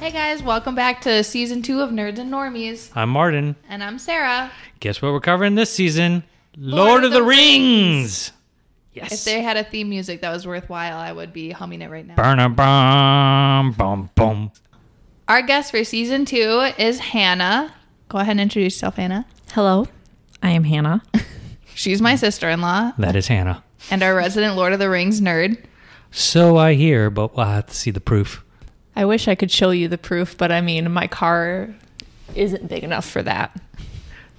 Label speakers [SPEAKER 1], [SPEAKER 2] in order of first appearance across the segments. [SPEAKER 1] Hey guys, welcome back to season two of Nerds and Normies.
[SPEAKER 2] I'm Martin.
[SPEAKER 1] And I'm Sarah.
[SPEAKER 2] Guess what we're covering this season? Lord, of the, Rings. Yes.
[SPEAKER 1] If they had a theme music that was worthwhile, I would be humming it right now.
[SPEAKER 2] Burna bum bum bum.
[SPEAKER 1] Our guest for season two is Hannah. Go ahead and introduce yourself, Hannah.
[SPEAKER 3] Hello, I am Hannah.
[SPEAKER 1] She's my sister in law
[SPEAKER 2] That is Hannah.
[SPEAKER 1] and our resident Lord of the Rings nerd.
[SPEAKER 2] So I hear, but we'll have to see the proof.
[SPEAKER 3] I wish I could show you the proof, but I mean, my car isn't big enough for that.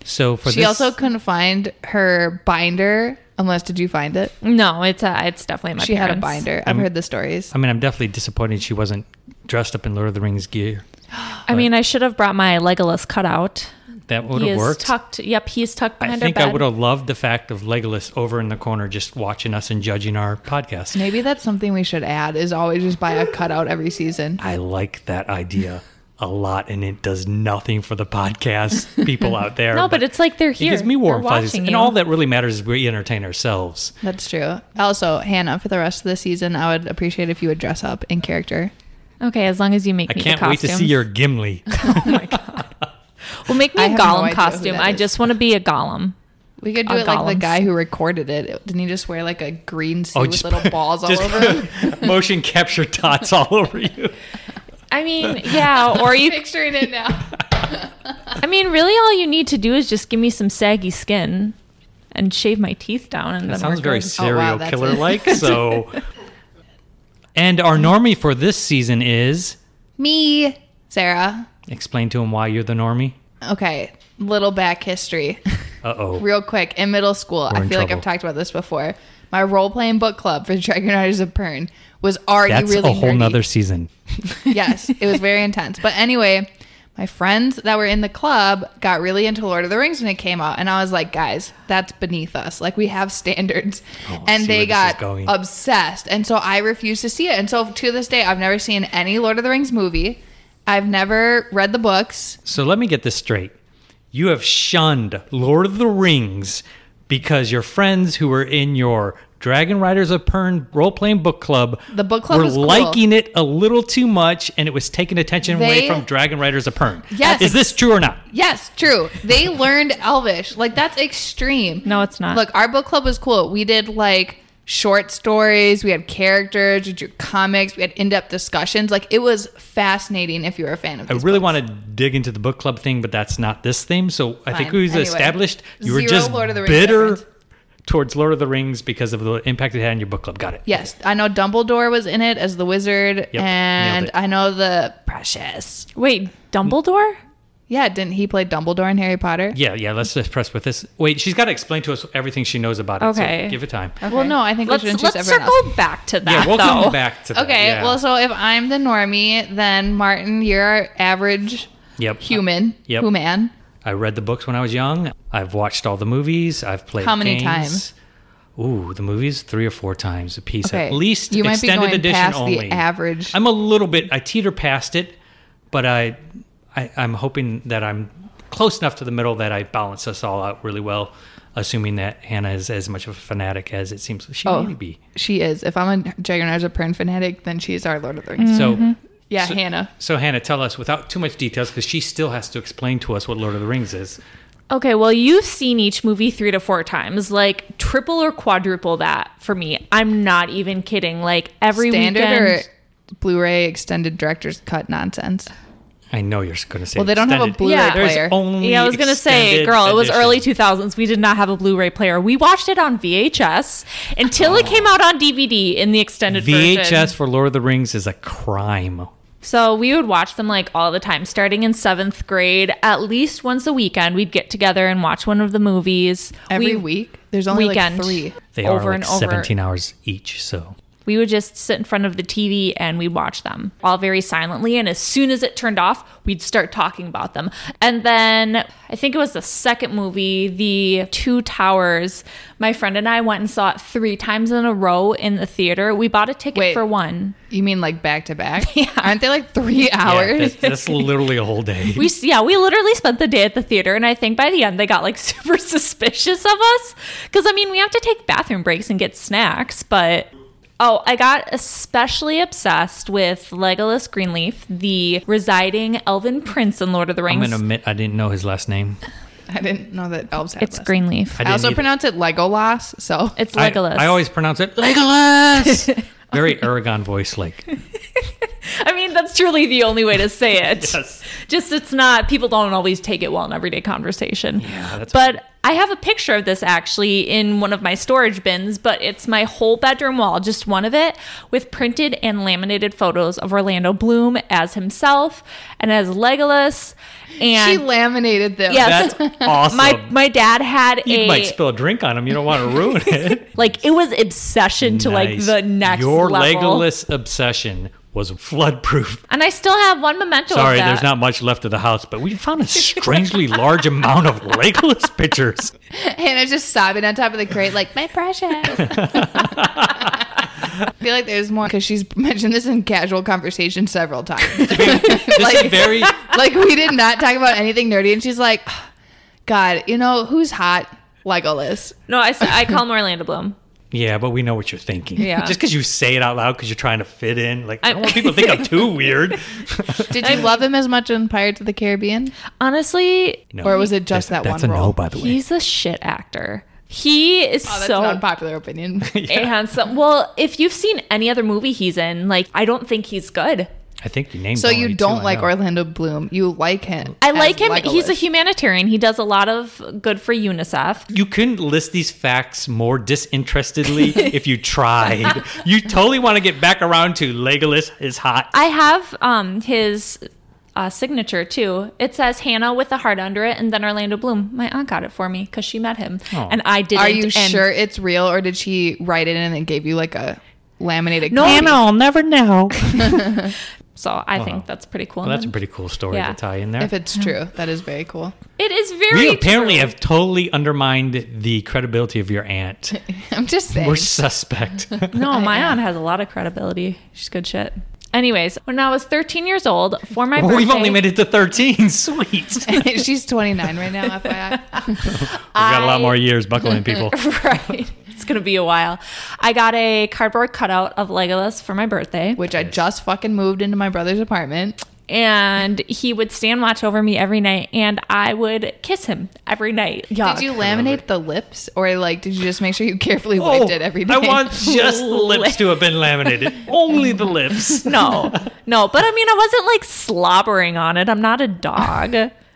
[SPEAKER 2] So for
[SPEAKER 1] she
[SPEAKER 2] this,
[SPEAKER 1] also couldn't find her binder, unless did you find it?
[SPEAKER 3] No, it's uh, it's definitely my.
[SPEAKER 1] she had a
[SPEAKER 3] parents.
[SPEAKER 1] binder. I've heard the stories.
[SPEAKER 2] I mean, I'm definitely disappointed she wasn't dressed up in Lord of the Rings gear.
[SPEAKER 3] I mean, I should have brought my Legolas cutout.
[SPEAKER 2] That would
[SPEAKER 3] he
[SPEAKER 2] have
[SPEAKER 3] is
[SPEAKER 2] worked.
[SPEAKER 3] tucked. Yep, he's tucked
[SPEAKER 2] I
[SPEAKER 3] behind
[SPEAKER 2] think
[SPEAKER 3] our bed.
[SPEAKER 2] I would have loved the fact of Legolas over in the corner just watching us and judging our podcast.
[SPEAKER 1] Maybe that's something we should add is always just buy a cutout every season.
[SPEAKER 2] I like that idea a lot, and it does nothing for the podcast people out there.
[SPEAKER 3] No, but it's like they're
[SPEAKER 2] It
[SPEAKER 3] here.
[SPEAKER 2] gives me warm
[SPEAKER 3] They're
[SPEAKER 2] fuzzies.
[SPEAKER 3] watching
[SPEAKER 2] And
[SPEAKER 3] you.
[SPEAKER 2] all that really matters is we entertain ourselves.
[SPEAKER 1] That's true. Also, Hannah, for the rest of the season, I would appreciate if you would dress up in character.
[SPEAKER 3] Okay, as long as you make
[SPEAKER 2] I
[SPEAKER 3] me
[SPEAKER 2] can't
[SPEAKER 3] the
[SPEAKER 2] wait to see
[SPEAKER 3] costumes.
[SPEAKER 2] your Gimli.
[SPEAKER 3] Well, make me
[SPEAKER 1] I
[SPEAKER 3] a
[SPEAKER 1] have no idea
[SPEAKER 3] golem
[SPEAKER 1] who
[SPEAKER 3] costume.
[SPEAKER 1] that
[SPEAKER 3] I
[SPEAKER 1] is.
[SPEAKER 3] just want to be a golem.
[SPEAKER 1] We could do
[SPEAKER 3] Or
[SPEAKER 1] it like the
[SPEAKER 3] golems.
[SPEAKER 1] guy who recorded it. Didn't he just wear like a green suit with little balls all
[SPEAKER 2] Oh, just
[SPEAKER 1] over him?
[SPEAKER 2] motion capture dots all over you.
[SPEAKER 3] I mean, yeah, or you.
[SPEAKER 1] Picturing it now.
[SPEAKER 3] I mean, really, all you need to do is just give me some saggy skin, and shave my teeth down, and
[SPEAKER 2] That
[SPEAKER 3] then we're
[SPEAKER 2] sounds very
[SPEAKER 3] good.
[SPEAKER 1] Oh,
[SPEAKER 2] serial
[SPEAKER 1] wow, that's
[SPEAKER 2] killer like.
[SPEAKER 1] it.
[SPEAKER 2] So, and our normie for this season is
[SPEAKER 1] Me, Sarah.
[SPEAKER 2] explain to him why you're the normie.
[SPEAKER 1] Okay, little back history.
[SPEAKER 2] Uh oh.
[SPEAKER 1] Real quick, in middle school, I
[SPEAKER 2] in
[SPEAKER 1] feel like
[SPEAKER 2] trouble.
[SPEAKER 1] I've talked about this before. My role playing book club for Dragon Riders of Pern was already
[SPEAKER 2] That's
[SPEAKER 1] really
[SPEAKER 2] a whole
[SPEAKER 1] nerdy.
[SPEAKER 2] nother season.
[SPEAKER 1] yes, it was very intense. But anyway, my friends that were in the club got really into Lord of the Rings when it came out, and I was like, guys, that's beneath us. Like we have standards,
[SPEAKER 2] Oh, I see
[SPEAKER 1] and
[SPEAKER 2] where
[SPEAKER 1] they
[SPEAKER 2] this is
[SPEAKER 1] got
[SPEAKER 2] going.
[SPEAKER 1] obsessed. And so I refused to see it. And so to this day, I've never seen any Lord of the Rings movie. I've never read the books.
[SPEAKER 2] So let me get this straight. You have shunned Lord of the Rings because your friends who were in your Dragon Riders of Pern role playing book club
[SPEAKER 1] The book club
[SPEAKER 2] were
[SPEAKER 1] was cool.
[SPEAKER 2] liking it a little too much and it was taking attention
[SPEAKER 1] They-
[SPEAKER 2] away from Dragon Riders of Pern.
[SPEAKER 1] Yes.
[SPEAKER 2] Is this true or not?
[SPEAKER 1] Yes, true. They learned Elvish. Like that's extreme.
[SPEAKER 3] No, it's not.
[SPEAKER 1] Look, our book club was cool. We did like short stories, we had characters, we drew comics, we had in-depth discussions. Like it was fascinating if you were a fan of
[SPEAKER 2] I
[SPEAKER 1] these
[SPEAKER 2] really
[SPEAKER 1] books.
[SPEAKER 2] want to dig into the book club thing, but that's not this theme. So I think
[SPEAKER 1] Fine.
[SPEAKER 2] we've
[SPEAKER 1] Anyway,
[SPEAKER 2] established you were
[SPEAKER 1] zero
[SPEAKER 2] just
[SPEAKER 1] Lord of the Rings
[SPEAKER 2] bitter
[SPEAKER 1] reference.
[SPEAKER 2] towards Lord of the Rings because of the impact it had on your book club. Got it.
[SPEAKER 1] Yes, I know Dumbledore was in it as the wizard
[SPEAKER 2] nailed
[SPEAKER 1] and
[SPEAKER 2] it.
[SPEAKER 1] I know the Precious.
[SPEAKER 3] Wait, Dumbledore?
[SPEAKER 1] Yeah, didn't he play Dumbledore in Harry Potter?
[SPEAKER 2] Yeah, yeah. Let's just press with this. Wait, she's got to explain to us everything she knows about it.
[SPEAKER 3] Okay.
[SPEAKER 2] So give it time.
[SPEAKER 1] Well, no, I think
[SPEAKER 3] Let's,
[SPEAKER 1] we should introduce
[SPEAKER 3] let's
[SPEAKER 1] everyone
[SPEAKER 3] circle
[SPEAKER 1] else.
[SPEAKER 3] back to that.
[SPEAKER 2] Yeah, we'll
[SPEAKER 3] though.
[SPEAKER 2] come back to that.
[SPEAKER 1] Okay,
[SPEAKER 2] yeah.
[SPEAKER 1] well, so if I'm the normie, then Martin, you're our average
[SPEAKER 2] Yep.
[SPEAKER 1] human,
[SPEAKER 2] Yep.
[SPEAKER 1] human.
[SPEAKER 2] I read the books when I was young. I've watched all the movies. I've played
[SPEAKER 1] How many
[SPEAKER 2] games.
[SPEAKER 1] times?
[SPEAKER 2] Ooh, the movies three or four times a piece
[SPEAKER 1] Okay.
[SPEAKER 2] at least.
[SPEAKER 1] You might be
[SPEAKER 2] extended
[SPEAKER 1] going
[SPEAKER 2] edition
[SPEAKER 1] past the
[SPEAKER 2] only.
[SPEAKER 1] average.
[SPEAKER 2] I'm a little bit. I teeter past it, but I, I, I'm hoping that I'm close enough to the middle that I balance us all out really well. Assuming that Hannah is as much of a fanatic as it seems she
[SPEAKER 1] Oh.
[SPEAKER 2] may be.
[SPEAKER 1] She is. If I'm a Dragon Age of Pern fanatic, then she's our Lord of the
[SPEAKER 3] Mm.
[SPEAKER 1] Rings.
[SPEAKER 2] So.
[SPEAKER 1] Yeah,
[SPEAKER 2] So-
[SPEAKER 1] Hannah.
[SPEAKER 2] So Hannah, tell us without too much details, because she still has to explain to us what Lord of the Rings is.
[SPEAKER 3] Okay, well, you've seen each movie three to four times, like triple or quadruple that for me. I'm not even kidding. Like every
[SPEAKER 1] Standard
[SPEAKER 3] weekend.
[SPEAKER 1] or Blu-ray extended director's cut nonsense.
[SPEAKER 2] I know you're going to say.
[SPEAKER 1] Well, they don't have a
[SPEAKER 2] extended.
[SPEAKER 1] Blu-ray
[SPEAKER 3] Yeah.
[SPEAKER 2] There's
[SPEAKER 1] player.
[SPEAKER 2] only
[SPEAKER 3] yeah, I was gonna say,
[SPEAKER 2] extended
[SPEAKER 3] girl, it was
[SPEAKER 2] edition.
[SPEAKER 3] early 2000s. We did not have a Blu-ray player. We watched it on VHS until
[SPEAKER 2] Oh.
[SPEAKER 3] it came out on DVD in the extended version.
[SPEAKER 2] VHS for Lord of the Rings is a crime.
[SPEAKER 3] So we would watch them like all the time, starting in seventh grade. At least once a weekend, we'd get together and watch one of the movies
[SPEAKER 1] Every
[SPEAKER 3] We-
[SPEAKER 1] week, there's only
[SPEAKER 3] weekend.
[SPEAKER 1] like three.
[SPEAKER 2] They
[SPEAKER 3] over
[SPEAKER 2] are like
[SPEAKER 3] and over.
[SPEAKER 2] 17 hours each, so
[SPEAKER 3] We would just sit in front of the TV and we'd watch them all very silently. And as soon as it turned off, we'd start talking about them. And then I think it was the second movie, The Two Towers. My friend and I went and saw it three times in a row in the theater. We bought a ticket
[SPEAKER 1] Wait.
[SPEAKER 3] for one.
[SPEAKER 1] You mean like back to back? Aren't they like three hours?
[SPEAKER 2] Yeah, that- that's literally a whole day.
[SPEAKER 3] We s- yeah, we literally spent the day at the theater, and I think by the end they got like super suspicious of us because I mean we have to take bathroom breaks and get snacks, but Oh, I got especially obsessed with Legolas Greenleaf, the residing elven prince in Lord of the
[SPEAKER 2] I'm
[SPEAKER 3] Rings.
[SPEAKER 2] gonna admit I didn't know his last name.
[SPEAKER 1] I didn't know that elves had
[SPEAKER 3] it's
[SPEAKER 1] last-
[SPEAKER 3] Greenleaf.
[SPEAKER 2] I
[SPEAKER 1] I also
[SPEAKER 2] didn't either.
[SPEAKER 1] pronounce it Legolas, so
[SPEAKER 3] It's
[SPEAKER 2] I-
[SPEAKER 3] Legolas.
[SPEAKER 2] I, always pronounce it Legolas. Very Aragon voice, like
[SPEAKER 3] I mean, that's truly the only way to say it.
[SPEAKER 2] Yes.
[SPEAKER 3] Just it's not people don't always take it well in everyday conversation.
[SPEAKER 2] Yeah, that's-
[SPEAKER 3] but I have a picture of this actually in one of my storage bins, but it's my whole bedroom wall, just one of it, with printed and laminated photos of Orlando Bloom as himself and as Legolas. And
[SPEAKER 1] she laminated them.
[SPEAKER 3] Yeah.
[SPEAKER 2] that's awesome.
[SPEAKER 3] my my dad had
[SPEAKER 2] you
[SPEAKER 3] a
[SPEAKER 2] might spill a drink on him. You don't want to ruin it.
[SPEAKER 3] like it was obsession to like
[SPEAKER 2] Nice.
[SPEAKER 3] the next
[SPEAKER 2] Your
[SPEAKER 3] level.
[SPEAKER 2] Legolas obsession was floodproof.
[SPEAKER 3] And I still have one memento.
[SPEAKER 2] Sorry,
[SPEAKER 3] of that.
[SPEAKER 2] there's not much left of the house, but we found a strangely large amount of Legolas pictures.
[SPEAKER 1] Hannah's just sobbing on top of the crate, like, my precious. I feel like there's more because she's mentioned this in casual conversation several times.
[SPEAKER 2] This
[SPEAKER 1] Like-
[SPEAKER 2] is very
[SPEAKER 1] like, we did not talk about anything nerdy, and she's like, God, you know, who's hot? Legolas.
[SPEAKER 3] No, I, s- I call him Orlando Bloom.
[SPEAKER 2] yeah, but we know what you're thinking.
[SPEAKER 3] Yeah.
[SPEAKER 2] just because you say it out loud because you're trying to fit in, like I don't
[SPEAKER 3] I'm-
[SPEAKER 2] want people to think I'm too weird.
[SPEAKER 1] Did you love him as much in Pirates of the Caribbean?
[SPEAKER 3] Honestly,
[SPEAKER 2] No,
[SPEAKER 1] Or was it just
[SPEAKER 2] that's-
[SPEAKER 1] that
[SPEAKER 2] That's
[SPEAKER 1] one
[SPEAKER 2] a
[SPEAKER 1] role?
[SPEAKER 2] no, by the way.
[SPEAKER 3] he's a shit actor. He is
[SPEAKER 1] Oh, that's
[SPEAKER 3] so
[SPEAKER 1] an unpopular opinion.
[SPEAKER 3] handsome. Well, if you've seen any other movie he's in, like I don't think he's good.
[SPEAKER 2] I think you named.
[SPEAKER 1] So
[SPEAKER 2] already,
[SPEAKER 1] you
[SPEAKER 2] too,
[SPEAKER 1] don't
[SPEAKER 2] I
[SPEAKER 1] like
[SPEAKER 2] know.
[SPEAKER 1] Orlando Bloom. You like him.
[SPEAKER 3] I
[SPEAKER 1] as
[SPEAKER 3] like him. He's a
[SPEAKER 1] Legolas.
[SPEAKER 3] humanitarian. He does a lot of good for UNICEF.
[SPEAKER 2] You couldn't list these facts more disinterestedly if you tried. You totally want to get back around to Legolas is hot.
[SPEAKER 3] I have um his uh, signature too. It says Hannah with a heart under it, and then Orlando Bloom. My aunt got it for me because she met him,
[SPEAKER 2] Oh.
[SPEAKER 3] and I didn't.
[SPEAKER 1] Are you
[SPEAKER 3] and-
[SPEAKER 1] sure it's real, or did she write it in and then gave you like a laminated?
[SPEAKER 3] No,
[SPEAKER 1] copy?
[SPEAKER 3] Hannah,
[SPEAKER 2] I'll never know.
[SPEAKER 3] So I think that's pretty cool.
[SPEAKER 2] Well, that's a pretty cool story
[SPEAKER 3] Yeah.
[SPEAKER 2] to tie in there.
[SPEAKER 1] If it's true, that is very cool.
[SPEAKER 3] it is very.
[SPEAKER 2] we apparently
[SPEAKER 3] true.
[SPEAKER 2] have totally undermined the credibility of your aunt.
[SPEAKER 1] I'm just saying.
[SPEAKER 2] We're suspect.
[SPEAKER 3] No, my aunt has a lot of credibility. She's good shit. Anyways, when I was 13 years old, for my birthday,
[SPEAKER 2] We've only made it to 13. Sweet. We've
[SPEAKER 1] She's 29 right now, FYI.
[SPEAKER 2] got a lot
[SPEAKER 3] I-
[SPEAKER 2] more years buckling, people.
[SPEAKER 3] right. It's gonna be a while. I got a cardboard cutout of Legolas for my birthday,
[SPEAKER 1] Which I just fucking moved into my brother's apartment.
[SPEAKER 3] and he would stand watch over me every night, and I would kiss him every night. Yuck.
[SPEAKER 1] Did you laminate the lips, or like did you just make sure you carefully
[SPEAKER 3] Oh,
[SPEAKER 1] wiped it every day?
[SPEAKER 2] Oh, I want just the lips to have been laminated. Only the lips.
[SPEAKER 3] No, no. But I mean, I wasn't like slobbering on it. I'm not a dog.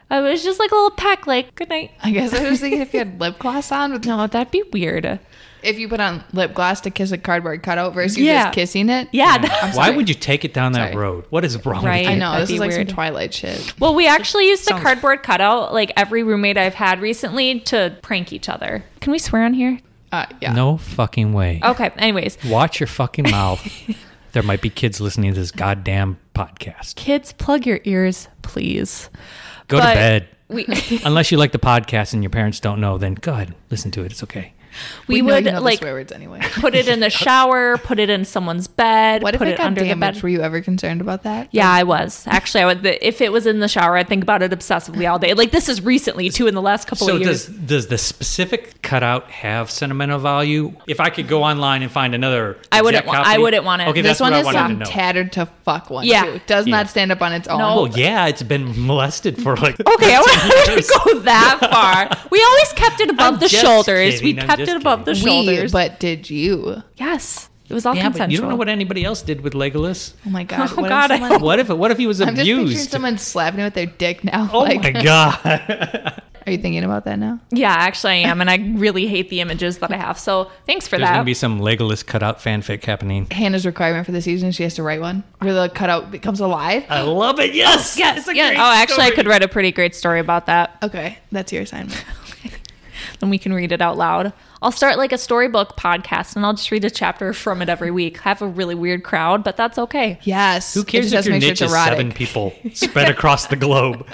[SPEAKER 3] I was just like a little peck, like good night.
[SPEAKER 1] I guess I was thinking if you had lip gloss on, with,
[SPEAKER 3] No, that'd be weird.
[SPEAKER 1] if you put on lip gloss to kiss a cardboard cutout versus you
[SPEAKER 3] Yeah.
[SPEAKER 1] just kissing it.
[SPEAKER 3] Yeah.
[SPEAKER 2] Why
[SPEAKER 1] sorry.
[SPEAKER 2] would you take it down that
[SPEAKER 1] Sorry.
[SPEAKER 2] road? What is wrong
[SPEAKER 3] Right.
[SPEAKER 2] with
[SPEAKER 1] I
[SPEAKER 2] you?
[SPEAKER 1] know
[SPEAKER 3] That'd
[SPEAKER 1] this
[SPEAKER 3] be
[SPEAKER 1] is like
[SPEAKER 3] weird.
[SPEAKER 1] some Twilight shit.
[SPEAKER 3] Well, we actually used the
[SPEAKER 2] Sounds-
[SPEAKER 3] cardboard cutout, like every roommate I've had recently, to prank each other. Can we swear on here?
[SPEAKER 1] Uh, yeah.
[SPEAKER 2] No fucking way.
[SPEAKER 3] Okay. Anyways,
[SPEAKER 2] Watch your fucking mouth. there might be kids listening to this goddamn podcast.
[SPEAKER 3] kids, plug your ears, please.
[SPEAKER 2] Go
[SPEAKER 3] But
[SPEAKER 2] to bed.
[SPEAKER 3] We
[SPEAKER 2] Unless you like the podcast and your parents don't know, then go ahead, listen to it. It's okay.
[SPEAKER 3] we,
[SPEAKER 1] know
[SPEAKER 3] would
[SPEAKER 1] you know the
[SPEAKER 3] like
[SPEAKER 1] swear words anyway.
[SPEAKER 3] put it in the shower, put it in someone's bed,
[SPEAKER 1] What if
[SPEAKER 3] put
[SPEAKER 1] it
[SPEAKER 3] it
[SPEAKER 1] got
[SPEAKER 3] under the
[SPEAKER 1] damaged?
[SPEAKER 3] bed.
[SPEAKER 1] Were you ever concerned about that?
[SPEAKER 3] yeah, I was actually. I would if it was in the shower, I'd think about it obsessively all day. Like this is recently too, in the last couple
[SPEAKER 2] So
[SPEAKER 3] of years.
[SPEAKER 2] does does the specific cutout have sentimental value? If I could go online and find another,
[SPEAKER 3] I wouldn't
[SPEAKER 2] exact
[SPEAKER 3] wa- I
[SPEAKER 2] copy-
[SPEAKER 3] wouldn't want it.
[SPEAKER 2] Okay,
[SPEAKER 1] this
[SPEAKER 2] that's
[SPEAKER 1] one
[SPEAKER 2] what
[SPEAKER 1] is
[SPEAKER 2] I wanted to
[SPEAKER 1] some
[SPEAKER 2] know.
[SPEAKER 1] tattered to fuck one.
[SPEAKER 3] Yeah.
[SPEAKER 1] too. does
[SPEAKER 2] Yeah.
[SPEAKER 1] not stand up on its own.
[SPEAKER 3] No.
[SPEAKER 2] oh yeah, it's been molested for like.
[SPEAKER 3] Okay, I wouldn't go that far. We always kept it above
[SPEAKER 2] I'm
[SPEAKER 3] the
[SPEAKER 2] just
[SPEAKER 3] shoulders. we
[SPEAKER 2] kidding, I'm
[SPEAKER 3] kept it
[SPEAKER 2] just
[SPEAKER 3] above the
[SPEAKER 1] We,
[SPEAKER 3] shoulders.
[SPEAKER 1] but did you?
[SPEAKER 3] yes, it was all
[SPEAKER 2] Yeah,
[SPEAKER 3] consensual.
[SPEAKER 2] but you don't know what anybody else did with Legolas.
[SPEAKER 1] Oh my god!
[SPEAKER 3] Oh,
[SPEAKER 1] what if
[SPEAKER 3] God, I
[SPEAKER 1] someone-
[SPEAKER 2] What if what if he was
[SPEAKER 1] I'm just picturing
[SPEAKER 2] abused?
[SPEAKER 1] someone slapping it with their dick now.
[SPEAKER 2] oh
[SPEAKER 1] like,
[SPEAKER 2] my god!
[SPEAKER 1] are you thinking about that now?
[SPEAKER 3] Yeah, actually, I am, and I really hate the images that I have. So thanks for
[SPEAKER 2] There's
[SPEAKER 3] that.
[SPEAKER 2] gonna be some Legolas cutout fanfic happening.
[SPEAKER 1] Hannah's requirement for the season is she has to write one where the cutout becomes alive.
[SPEAKER 2] I love it. Yes,
[SPEAKER 3] yes,
[SPEAKER 2] It's a
[SPEAKER 3] yes.
[SPEAKER 2] great
[SPEAKER 3] Oh, actually, I
[SPEAKER 2] story.
[SPEAKER 3] could write a pretty great story about that.
[SPEAKER 1] Okay, that's your assignment.
[SPEAKER 3] Then we can read it out loud. I'll start like a storybook podcast, and I'll just read a chapter from it every week. I have a really weird crowd, but that's okay.
[SPEAKER 1] Yes.
[SPEAKER 2] Who
[SPEAKER 1] it
[SPEAKER 2] cares
[SPEAKER 1] just
[SPEAKER 2] if
[SPEAKER 1] has to
[SPEAKER 2] your
[SPEAKER 1] make sure
[SPEAKER 2] niche
[SPEAKER 1] it's
[SPEAKER 2] is
[SPEAKER 1] erotic.
[SPEAKER 2] seven people spread across the globe?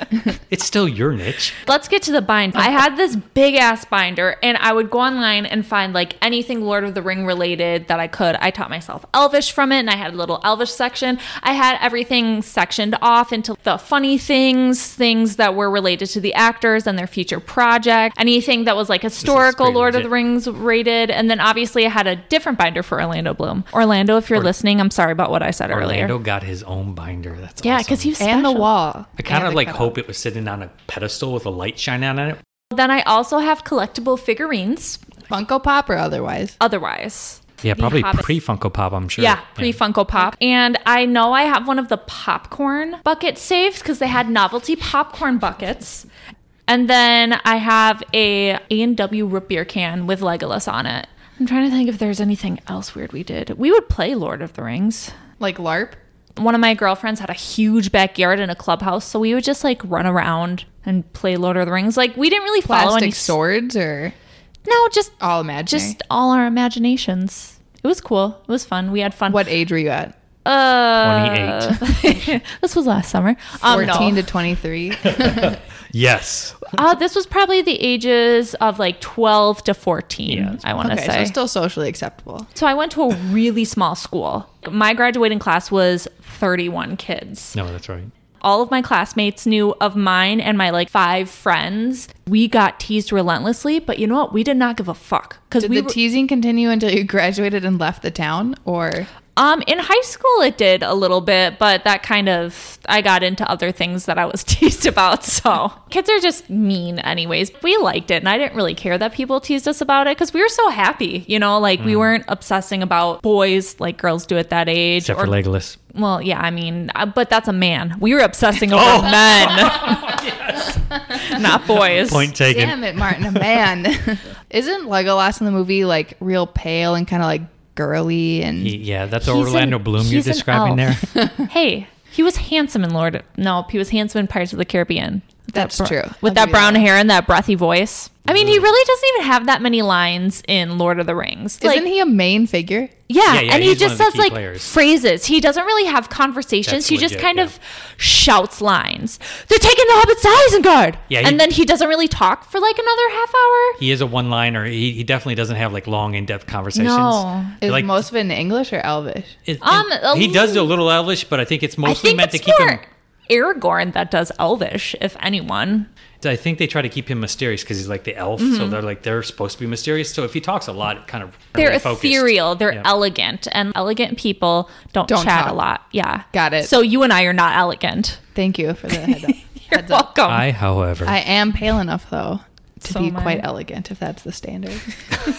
[SPEAKER 2] It's still your niche.
[SPEAKER 3] Let's get to the bind. I had this big ass binder, and I would go online and find like anything Lord of the Ring related that I could. I taught myself Elvish from it, and I had a little Elvish section. I had everything sectioned off into the funny things, things that were related to the actors and their future project, anything that was like historical
[SPEAKER 2] pretty
[SPEAKER 3] Lord of
[SPEAKER 2] legit.
[SPEAKER 3] the Rings things rated. And then obviously I had a different binder for Orlando Bloom. Orlando, if you're listening, I'm sorry about what I said
[SPEAKER 2] Orlando
[SPEAKER 3] earlier.
[SPEAKER 2] got his own binder. That's
[SPEAKER 3] Yeah,
[SPEAKER 2] awesome.
[SPEAKER 3] because he was
[SPEAKER 1] and the
[SPEAKER 3] special.
[SPEAKER 1] wall.
[SPEAKER 2] I kind
[SPEAKER 1] And
[SPEAKER 2] of
[SPEAKER 1] the
[SPEAKER 2] like
[SPEAKER 1] cup.
[SPEAKER 2] hope it was sitting on a pedestal with a light shine on it.
[SPEAKER 3] Then I also have collectible figurines.
[SPEAKER 1] Funko Pop or otherwise.
[SPEAKER 3] Otherwise,
[SPEAKER 2] Yeah,
[SPEAKER 3] The
[SPEAKER 2] probably
[SPEAKER 3] Hobbit.
[SPEAKER 2] pre Funko Pop. I'm sure.
[SPEAKER 3] Yeah, pre Funko Pop. And I know I have one of the popcorn buckets saved because they had novelty popcorn buckets. And then I have a A&W root beer can with Legolas on it. I'm trying to think if there's anything else weird we did. We would play Lord of the Rings.
[SPEAKER 1] Like LARP.
[SPEAKER 3] One of my girlfriends had a huge backyard and a clubhouse, so we would just like run around and play Lord of the Rings. Like we didn't really follow
[SPEAKER 1] Plastic
[SPEAKER 3] any
[SPEAKER 1] swords or
[SPEAKER 3] No, just
[SPEAKER 1] all imaginary.
[SPEAKER 3] just all our imaginations. It was cool. It was fun. We had fun.
[SPEAKER 1] what age were you at?
[SPEAKER 3] Uh, this was last summer. Um,
[SPEAKER 1] 14
[SPEAKER 3] no.
[SPEAKER 1] to 23.
[SPEAKER 2] Yes.
[SPEAKER 3] Uh, this was probably the ages of like 12 to 14,
[SPEAKER 2] Yeah, that's
[SPEAKER 3] I want to
[SPEAKER 1] okay,
[SPEAKER 3] say.
[SPEAKER 1] so
[SPEAKER 3] So,
[SPEAKER 1] still socially acceptable.
[SPEAKER 3] I went to a really small school. My graduating class was 31 kids.
[SPEAKER 2] No, that's right.
[SPEAKER 3] All of my classmates knew of mine and my like five friends. We got teased relentlessly, but you know what? We did not give a fuck because
[SPEAKER 1] Did
[SPEAKER 3] we
[SPEAKER 1] the
[SPEAKER 3] were-
[SPEAKER 1] teasing continue until you graduated and left the town or
[SPEAKER 3] Um, in high school, it did a little bit, but that kind of I got into other things that I was teased about. So kids are just mean, anyways. We liked it, and I didn't really care that people teased us about it because we were so happy, you know, like
[SPEAKER 2] Mm.
[SPEAKER 3] we weren't obsessing about boys like girls do at that age.
[SPEAKER 2] Except for Legolas.
[SPEAKER 3] well, yeah, I mean, uh, but that's a man. We were obsessing over
[SPEAKER 2] Oh.
[SPEAKER 3] men, not boys.
[SPEAKER 2] Point taken.
[SPEAKER 1] Damn it, Martin, a man. Isn't Legolas in the movie like real pale and kind of like girly and
[SPEAKER 2] He- yeah, that's
[SPEAKER 3] He's
[SPEAKER 2] Orlando
[SPEAKER 3] an-
[SPEAKER 2] Bloom you're
[SPEAKER 3] he's an
[SPEAKER 2] describing there.
[SPEAKER 3] elf. hey, he was handsome in Lord. Nope, he was handsome in Pirates of the Caribbean. With that
[SPEAKER 1] That's
[SPEAKER 3] br-
[SPEAKER 1] true.
[SPEAKER 3] With
[SPEAKER 1] I'll give
[SPEAKER 3] that
[SPEAKER 1] you
[SPEAKER 3] brown
[SPEAKER 1] that. Mm-hmm.
[SPEAKER 3] hair and that breathy voice. I mean, he really doesn't even have that many lines in Lord of the Rings.
[SPEAKER 1] Isn't
[SPEAKER 3] Like,
[SPEAKER 1] he a main figure?
[SPEAKER 3] Yeah,
[SPEAKER 2] Yeah, yeah,
[SPEAKER 3] and he
[SPEAKER 2] he's one
[SPEAKER 3] just
[SPEAKER 2] of the
[SPEAKER 3] says
[SPEAKER 2] key
[SPEAKER 3] like
[SPEAKER 2] players.
[SPEAKER 3] phrases. He doesn't really have conversations.
[SPEAKER 2] That's
[SPEAKER 3] he just
[SPEAKER 2] legit,
[SPEAKER 3] kind
[SPEAKER 2] yeah.
[SPEAKER 3] of shouts lines. They're taking the hobbits to Isengard.
[SPEAKER 2] Yeah, he-
[SPEAKER 3] and then he doesn't really talk for like another half hour.
[SPEAKER 2] He is a one-liner. He, he definitely doesn't have like long, in-depth conversations.
[SPEAKER 3] No.
[SPEAKER 1] Is
[SPEAKER 2] like
[SPEAKER 1] most of it in English or Elvish?
[SPEAKER 2] it- it-
[SPEAKER 3] Um, a
[SPEAKER 2] he does do a little Elvish, but I think it's
[SPEAKER 3] I
[SPEAKER 2] mostly
[SPEAKER 3] think
[SPEAKER 2] meant
[SPEAKER 3] it's
[SPEAKER 2] to keep
[SPEAKER 3] more
[SPEAKER 2] him.
[SPEAKER 3] Aragorn that does Elvish, if anyone.
[SPEAKER 2] I think they try to keep him mysterious because he's like the elf, so
[SPEAKER 3] Mm-hmm.
[SPEAKER 2] they're like they're supposed to be mysterious. So if he talks a lot, it kind of
[SPEAKER 3] they're
[SPEAKER 2] focused.
[SPEAKER 3] ethereal they're
[SPEAKER 2] Yeah.
[SPEAKER 3] elegant and elegant people don't,
[SPEAKER 1] Don't
[SPEAKER 3] chat
[SPEAKER 1] talk.
[SPEAKER 3] a lot yeah
[SPEAKER 1] Got it.
[SPEAKER 3] so you and i are not elegant
[SPEAKER 1] Thank you for the head up.
[SPEAKER 3] you're
[SPEAKER 1] Heads up.
[SPEAKER 3] welcome
[SPEAKER 2] I, however,
[SPEAKER 1] I am pale enough though to
[SPEAKER 3] So
[SPEAKER 1] be
[SPEAKER 3] am I.
[SPEAKER 1] quite elegant if that's the standard.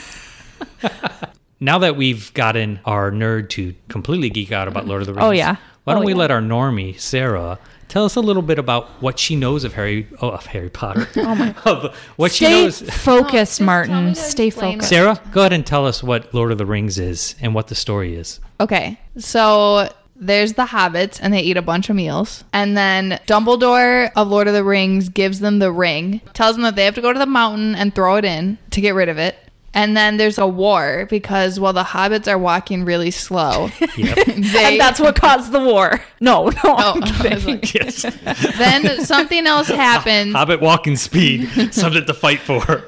[SPEAKER 2] now that we've gotten our nerd to completely geek out about Lord of the Rings,
[SPEAKER 3] Oh, yeah.
[SPEAKER 2] why don't
[SPEAKER 3] Oh,
[SPEAKER 2] we
[SPEAKER 3] yeah.
[SPEAKER 2] let our normie Sarah tell us a little bit about what she knows of Harry oh, of Harry Potter? Oh my, of what she
[SPEAKER 3] stay
[SPEAKER 2] knows.
[SPEAKER 1] Oh, just
[SPEAKER 3] focused
[SPEAKER 1] tell me
[SPEAKER 3] martin
[SPEAKER 1] to
[SPEAKER 3] stay
[SPEAKER 1] explain
[SPEAKER 3] focused
[SPEAKER 2] Sarah, go ahead and tell us what Lord of the Rings is and what the story is.
[SPEAKER 1] Okay. So there's the hobbits and they eat a bunch of meals. And then Dumbledore of Lord of the Rings gives them the ring, tells them that they have to go to the mountain and throw it in to get rid of it. And then there's a war because while the hobbits are walking really slow,
[SPEAKER 2] Yep.
[SPEAKER 1] they,
[SPEAKER 3] and that's what caused the war no no
[SPEAKER 1] Oh,
[SPEAKER 3] I'm
[SPEAKER 1] I was
[SPEAKER 3] kidding.
[SPEAKER 1] like-
[SPEAKER 2] yes.
[SPEAKER 1] then something else
[SPEAKER 3] Mm.
[SPEAKER 1] happens.
[SPEAKER 2] Hobbit walking speed, something to fight for.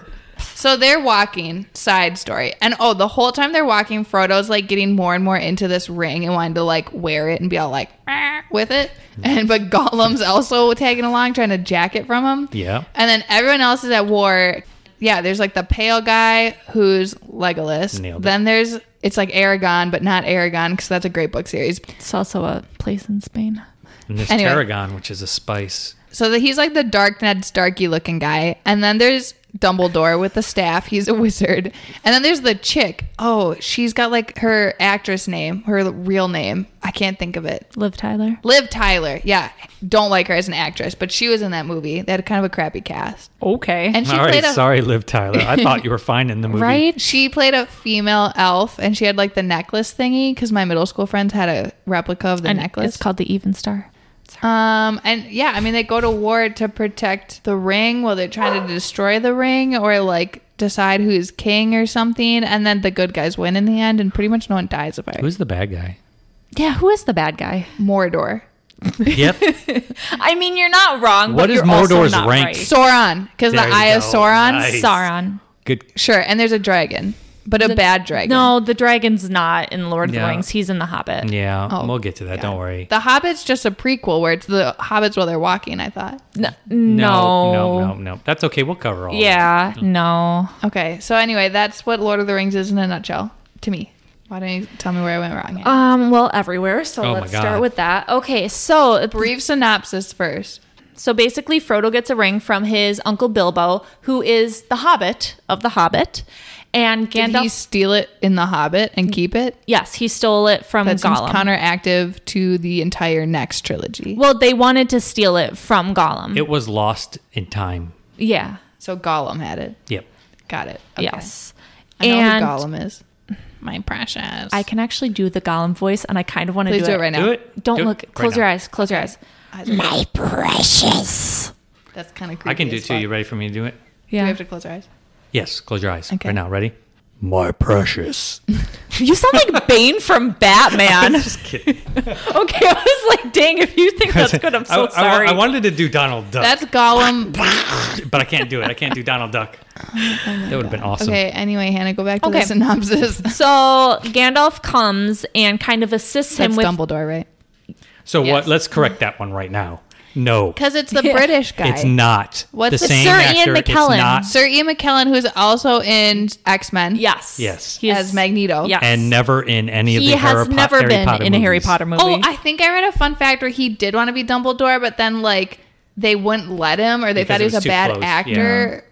[SPEAKER 1] So they're walking, side story. And oh, the whole time they're walking, Frodo's like getting more and more into this ring and wanting to like wear it and be all like "Ah," with it. And but Gollum's also tagging along, trying to jack it from him.
[SPEAKER 2] Yeah.
[SPEAKER 1] And then everyone else is at war. Yeah, there's like the pale guy who's Legolas.
[SPEAKER 2] Nailed it.
[SPEAKER 1] Then there's it's like Aragon, but not Aragon because that's a great book series.
[SPEAKER 3] it's also a place in spain
[SPEAKER 2] And there's
[SPEAKER 1] Anyway.
[SPEAKER 2] tarragon, which is a spice.
[SPEAKER 1] So that he's like the dark Ned Starky looking guy, and then there's Dumbledore with the staff. He's a wizard, and then there's the chick. Oh, she's got like her actress name, her real name. I can't think of it.
[SPEAKER 3] liv tyler
[SPEAKER 1] Liv Tyler. Yeah, don't like her as an actress, but she was in that movie. They had kind of a crappy cast,
[SPEAKER 3] okay
[SPEAKER 1] and she
[SPEAKER 2] All right,
[SPEAKER 1] played a
[SPEAKER 2] sorry, Liv Tyler. I thought you were fine in the movie.
[SPEAKER 3] right
[SPEAKER 1] she played a female elf, and she had like the necklace thingy because my middle school friends had a replica of the
[SPEAKER 3] and
[SPEAKER 1] necklace.
[SPEAKER 3] it's called the even star
[SPEAKER 1] Um, and yeah, I mean, they go to war to protect the ring while they're trying to destroy the ring or like decide who's king or something. And then the good guys win in the end, and pretty much no one dies about it.
[SPEAKER 2] Who's the bad guy?
[SPEAKER 3] yeah who is the bad guy
[SPEAKER 1] Mordor.
[SPEAKER 2] Yep.
[SPEAKER 3] i mean you're not wrong
[SPEAKER 2] What
[SPEAKER 3] but
[SPEAKER 2] is
[SPEAKER 3] you're also
[SPEAKER 2] Mordor's
[SPEAKER 3] not
[SPEAKER 2] rank?
[SPEAKER 3] right.
[SPEAKER 1] Sauron, because the
[SPEAKER 2] There you
[SPEAKER 1] Eye of
[SPEAKER 2] go.
[SPEAKER 1] Sauron.
[SPEAKER 2] Nice.
[SPEAKER 3] sauron
[SPEAKER 2] Good.
[SPEAKER 1] Sure, and there's a dragon. but a bad dragon.
[SPEAKER 3] No, the dragon's not in Lord of
[SPEAKER 2] Yeah.
[SPEAKER 3] the Rings. He's in The Hobbit.
[SPEAKER 2] Yeah,
[SPEAKER 1] Oh,
[SPEAKER 2] we'll get to that. Don't worry.
[SPEAKER 1] The Hobbit's just a prequel where it's the hobbits while they're walking, I thought.
[SPEAKER 3] N- no.
[SPEAKER 2] no, no, no. That's okay. We'll cover all. of Hmm. it.
[SPEAKER 3] Yeah, no.
[SPEAKER 1] Okay, so anyway, that's what Lord of the Rings is in a nutshell to me. Why don't you tell me where I went wrong? here?
[SPEAKER 3] Um, well, everywhere. So
[SPEAKER 2] Oh my
[SPEAKER 3] let's
[SPEAKER 2] God.
[SPEAKER 3] start with that. Okay, so
[SPEAKER 1] Brief synopsis first.
[SPEAKER 3] so basically, Frodo gets a ring from his uncle Bilbo, who is the Hobbit of the Hobbit, and
[SPEAKER 1] Did
[SPEAKER 3] Gandalf.
[SPEAKER 1] he steal it in The Hobbit and keep it?
[SPEAKER 3] yes, he stole it from
[SPEAKER 1] That seems
[SPEAKER 3] Gollum.
[SPEAKER 1] counteractive to the entire next trilogy.
[SPEAKER 3] well, they wanted to steal it from Gollum.
[SPEAKER 2] It was lost in time.
[SPEAKER 3] yeah.
[SPEAKER 1] So Gollum had it.
[SPEAKER 2] Yep.
[SPEAKER 1] Got it. Okay.
[SPEAKER 3] Yes.
[SPEAKER 1] I know
[SPEAKER 3] and
[SPEAKER 1] who Gollum is. My precious.
[SPEAKER 3] I can actually do the Gollum voice, and I kind of want to
[SPEAKER 1] Please
[SPEAKER 3] do,
[SPEAKER 1] do, it right now.
[SPEAKER 2] Do it.
[SPEAKER 3] Don't
[SPEAKER 2] Do it
[SPEAKER 3] look.
[SPEAKER 2] right
[SPEAKER 3] Close
[SPEAKER 2] now.
[SPEAKER 3] your eyes. Close your eyes. My precious.
[SPEAKER 1] That's kind of creepy.
[SPEAKER 2] I can do
[SPEAKER 1] as
[SPEAKER 2] too.
[SPEAKER 1] fuck.
[SPEAKER 2] You ready for me to do it?
[SPEAKER 1] Do we
[SPEAKER 3] Yeah.
[SPEAKER 1] have to close our eyes?
[SPEAKER 2] Yes. Close your eyes.
[SPEAKER 1] Okay.
[SPEAKER 2] Right now. Ready? My precious.
[SPEAKER 3] You sound like Bane from Batman.
[SPEAKER 2] Just kidding.
[SPEAKER 3] Okay, I was like, dang, if you think that's good, I'm so
[SPEAKER 2] I, I wa-
[SPEAKER 3] sorry.
[SPEAKER 2] I, wanted to do Donald Duck,
[SPEAKER 1] That's Gollum.
[SPEAKER 2] but I can't do it. I can't do Donald Duck.
[SPEAKER 3] Oh
[SPEAKER 2] that would have been awesome.
[SPEAKER 1] Okay, anyway, Hannah, go back to
[SPEAKER 3] Okay.
[SPEAKER 1] the synopsis.
[SPEAKER 3] so Gandalf comes and kind of assists him
[SPEAKER 1] That's
[SPEAKER 3] with.
[SPEAKER 1] Dumbledore, right?
[SPEAKER 2] So
[SPEAKER 3] Yes.
[SPEAKER 2] what? Let's correct that one right now. No,
[SPEAKER 1] Because it's the
[SPEAKER 3] Yeah.
[SPEAKER 1] British guy.
[SPEAKER 2] it's not.
[SPEAKER 1] What's the-
[SPEAKER 2] the same
[SPEAKER 3] Sir Ian
[SPEAKER 2] actor. It's
[SPEAKER 3] McKellen.
[SPEAKER 2] not.
[SPEAKER 1] Sir Ian McKellen, who is also in X Men.
[SPEAKER 3] Yes.
[SPEAKER 2] Yes.
[SPEAKER 3] He is-
[SPEAKER 1] As Magneto.
[SPEAKER 3] Yes.
[SPEAKER 2] and uh, never in any of
[SPEAKER 3] he
[SPEAKER 2] the
[SPEAKER 3] has
[SPEAKER 2] Harry, Po-
[SPEAKER 3] never
[SPEAKER 2] Harry
[SPEAKER 3] been
[SPEAKER 2] Potter
[SPEAKER 3] in a Harry
[SPEAKER 2] movies.
[SPEAKER 3] Potter movie.
[SPEAKER 1] Oh, I think I read a fun fact where he did want to be Dumbledore, but then like they wouldn't let him, or they
[SPEAKER 2] Because
[SPEAKER 1] thought
[SPEAKER 2] it
[SPEAKER 1] he was, a
[SPEAKER 2] was too
[SPEAKER 1] bad
[SPEAKER 2] close,
[SPEAKER 1] actor.
[SPEAKER 2] It-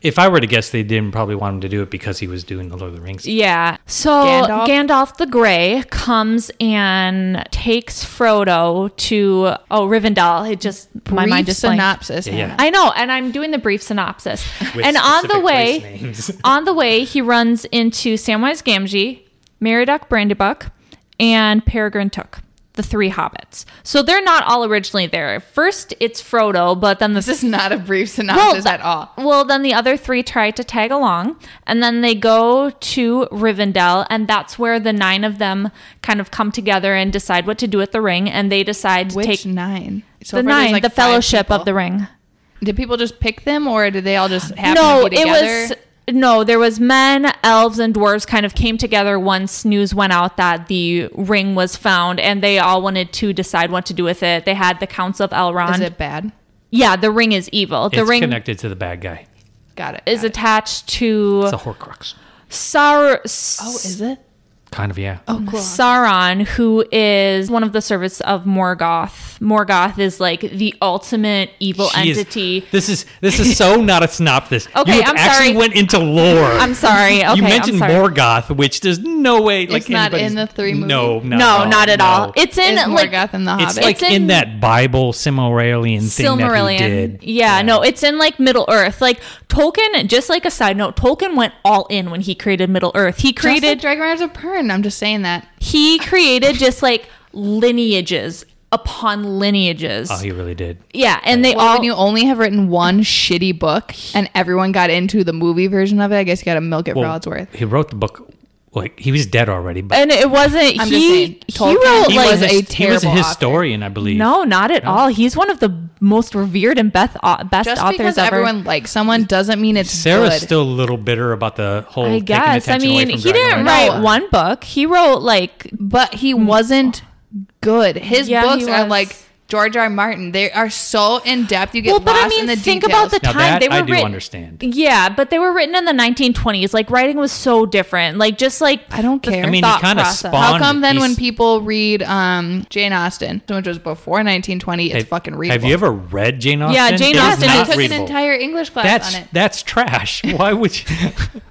[SPEAKER 2] If I were to guess, they didn't probably want him to do it because he was doing the Lord of the Rings.
[SPEAKER 3] yeah. So
[SPEAKER 1] Gandalf?
[SPEAKER 3] Gandalf? the Grey comes and takes Frodo to oh Rivendell. It just my
[SPEAKER 1] Brief
[SPEAKER 3] mind just blanked.
[SPEAKER 1] synopsis.
[SPEAKER 2] Yeah.
[SPEAKER 1] Hannah.
[SPEAKER 3] I know, and I'm doing the brief synopsis.
[SPEAKER 2] With
[SPEAKER 3] and on the
[SPEAKER 2] specific
[SPEAKER 3] way,
[SPEAKER 2] place names.
[SPEAKER 3] on the way, he runs into Samwise Gamgee, Meridoc Brandybuck, and Peregrine Took, the three hobbits. So they're not all originally there. First, it's Frodo, but then the
[SPEAKER 1] This is not a brief synopsis at all.
[SPEAKER 3] well, then the other three try to tag along, and then they go to Rivendell, and that's where the nine of them kind of come together and decide what to do with the ring, and they decide to
[SPEAKER 1] Which
[SPEAKER 3] take
[SPEAKER 1] nine? So far,
[SPEAKER 3] the
[SPEAKER 1] there's,
[SPEAKER 3] nine,
[SPEAKER 1] like,
[SPEAKER 3] the
[SPEAKER 1] five
[SPEAKER 3] Fellowship
[SPEAKER 1] people.
[SPEAKER 3] of the Ring.
[SPEAKER 1] Did people just pick them, or did they all just happen to be
[SPEAKER 3] it
[SPEAKER 1] together?
[SPEAKER 3] was no there was men elves and dwarves kind of came together once news went out that the ring was found and they all wanted to decide what to do with it they had the council of elrond
[SPEAKER 1] Is it bad?
[SPEAKER 3] yeah the ring is evil the
[SPEAKER 2] it's
[SPEAKER 3] ring
[SPEAKER 2] connected to the bad guy.
[SPEAKER 1] Got it.
[SPEAKER 3] is
[SPEAKER 1] got
[SPEAKER 3] attached to
[SPEAKER 2] It's a Horcrux.
[SPEAKER 1] Oh,
[SPEAKER 3] Saur-
[SPEAKER 1] is it?
[SPEAKER 2] Kind of, yeah.
[SPEAKER 1] Oh, cool.
[SPEAKER 3] Sauron, who is one of the servants of Morgoth. Morgoth is like the ultimate evil
[SPEAKER 2] She is-
[SPEAKER 3] entity.
[SPEAKER 2] this is this is so not a snop. This
[SPEAKER 3] Okay,
[SPEAKER 2] you have
[SPEAKER 3] I'm
[SPEAKER 2] actually
[SPEAKER 3] sorry.
[SPEAKER 2] went into lore.
[SPEAKER 3] I'm sorry. Okay,
[SPEAKER 2] you mentioned
[SPEAKER 3] I'm sorry.
[SPEAKER 2] Morgoth, which there's no way. Like
[SPEAKER 1] not
[SPEAKER 2] anybody's-
[SPEAKER 1] in the three movies?
[SPEAKER 2] No, not
[SPEAKER 3] no,
[SPEAKER 2] at all,
[SPEAKER 3] not at
[SPEAKER 2] no.
[SPEAKER 3] all. It's in
[SPEAKER 1] Is
[SPEAKER 3] like
[SPEAKER 1] Morgoth and the
[SPEAKER 2] it's
[SPEAKER 1] Hobbit?
[SPEAKER 2] like
[SPEAKER 3] It's
[SPEAKER 2] in,
[SPEAKER 3] in-
[SPEAKER 2] that Bible Silmarillion thing that he did.
[SPEAKER 3] Yeah, no, it's in like Middle Earth. Like Tolkien, just like a side note, Tolkien went all in when he created Middle Earth. He
[SPEAKER 1] Just like
[SPEAKER 3] created
[SPEAKER 1] Dragon Riders of Pern. I'm just saying that.
[SPEAKER 3] he created just like lineages upon lineages.
[SPEAKER 2] Oh, he really did.
[SPEAKER 3] yeah, and they
[SPEAKER 1] Well,
[SPEAKER 3] all
[SPEAKER 1] when you only have written one shitty book and everyone got into the movie version of it, I guess you got to milk it for all it's worth.
[SPEAKER 2] He wrote the book. Like he was dead already, but
[SPEAKER 3] and it wasn't
[SPEAKER 1] I'm just saying,
[SPEAKER 3] he he
[SPEAKER 1] Tolkien
[SPEAKER 3] wrote
[SPEAKER 2] he
[SPEAKER 3] like
[SPEAKER 2] was
[SPEAKER 1] a
[SPEAKER 2] his- he was a
[SPEAKER 1] terrible author.
[SPEAKER 2] historian, I believe.
[SPEAKER 3] no, not at all. He's one of the most revered and best best
[SPEAKER 1] Just
[SPEAKER 3] authors
[SPEAKER 1] because
[SPEAKER 3] ever.
[SPEAKER 1] everyone likes someone doesn't mean it's
[SPEAKER 2] Sarah's
[SPEAKER 1] good.
[SPEAKER 2] still a little bitter about the whole.
[SPEAKER 3] I
[SPEAKER 2] taking
[SPEAKER 3] guess. I
[SPEAKER 2] attention away
[SPEAKER 3] mean,
[SPEAKER 2] from
[SPEAKER 3] he
[SPEAKER 2] Dragon
[SPEAKER 3] didn't
[SPEAKER 2] Rider.
[SPEAKER 3] write one book. He wrote like
[SPEAKER 1] but he wasn't good. His
[SPEAKER 3] Mm. Yeah,
[SPEAKER 1] books
[SPEAKER 3] he
[SPEAKER 1] are
[SPEAKER 3] was.
[SPEAKER 1] like George R. R. Martin. They are so in depth. You get
[SPEAKER 3] well,
[SPEAKER 1] lost
[SPEAKER 3] but I mean,
[SPEAKER 1] in the
[SPEAKER 3] think
[SPEAKER 1] details.
[SPEAKER 3] about the
[SPEAKER 2] Now
[SPEAKER 3] time
[SPEAKER 2] that
[SPEAKER 3] they were
[SPEAKER 2] I do
[SPEAKER 3] written.
[SPEAKER 2] understand.
[SPEAKER 3] Yeah, but they were written in the 1920s. Like writing was so different. Like just like
[SPEAKER 1] I don't care.
[SPEAKER 2] I mean, he
[SPEAKER 3] thought
[SPEAKER 2] kind of
[SPEAKER 3] process.
[SPEAKER 2] spawned.
[SPEAKER 1] How come then
[SPEAKER 2] these-
[SPEAKER 1] when people read um, Jane Austen, which was before 1920, it's
[SPEAKER 2] Have-
[SPEAKER 1] fucking readable.
[SPEAKER 2] Have you ever read Jane Austen?
[SPEAKER 3] Yeah,
[SPEAKER 2] It
[SPEAKER 3] Jane
[SPEAKER 2] is
[SPEAKER 3] Austen,
[SPEAKER 1] I
[SPEAKER 2] not
[SPEAKER 1] took an
[SPEAKER 2] readable.
[SPEAKER 1] entire English class
[SPEAKER 2] That's
[SPEAKER 1] on it.
[SPEAKER 2] that's trash. Why would you,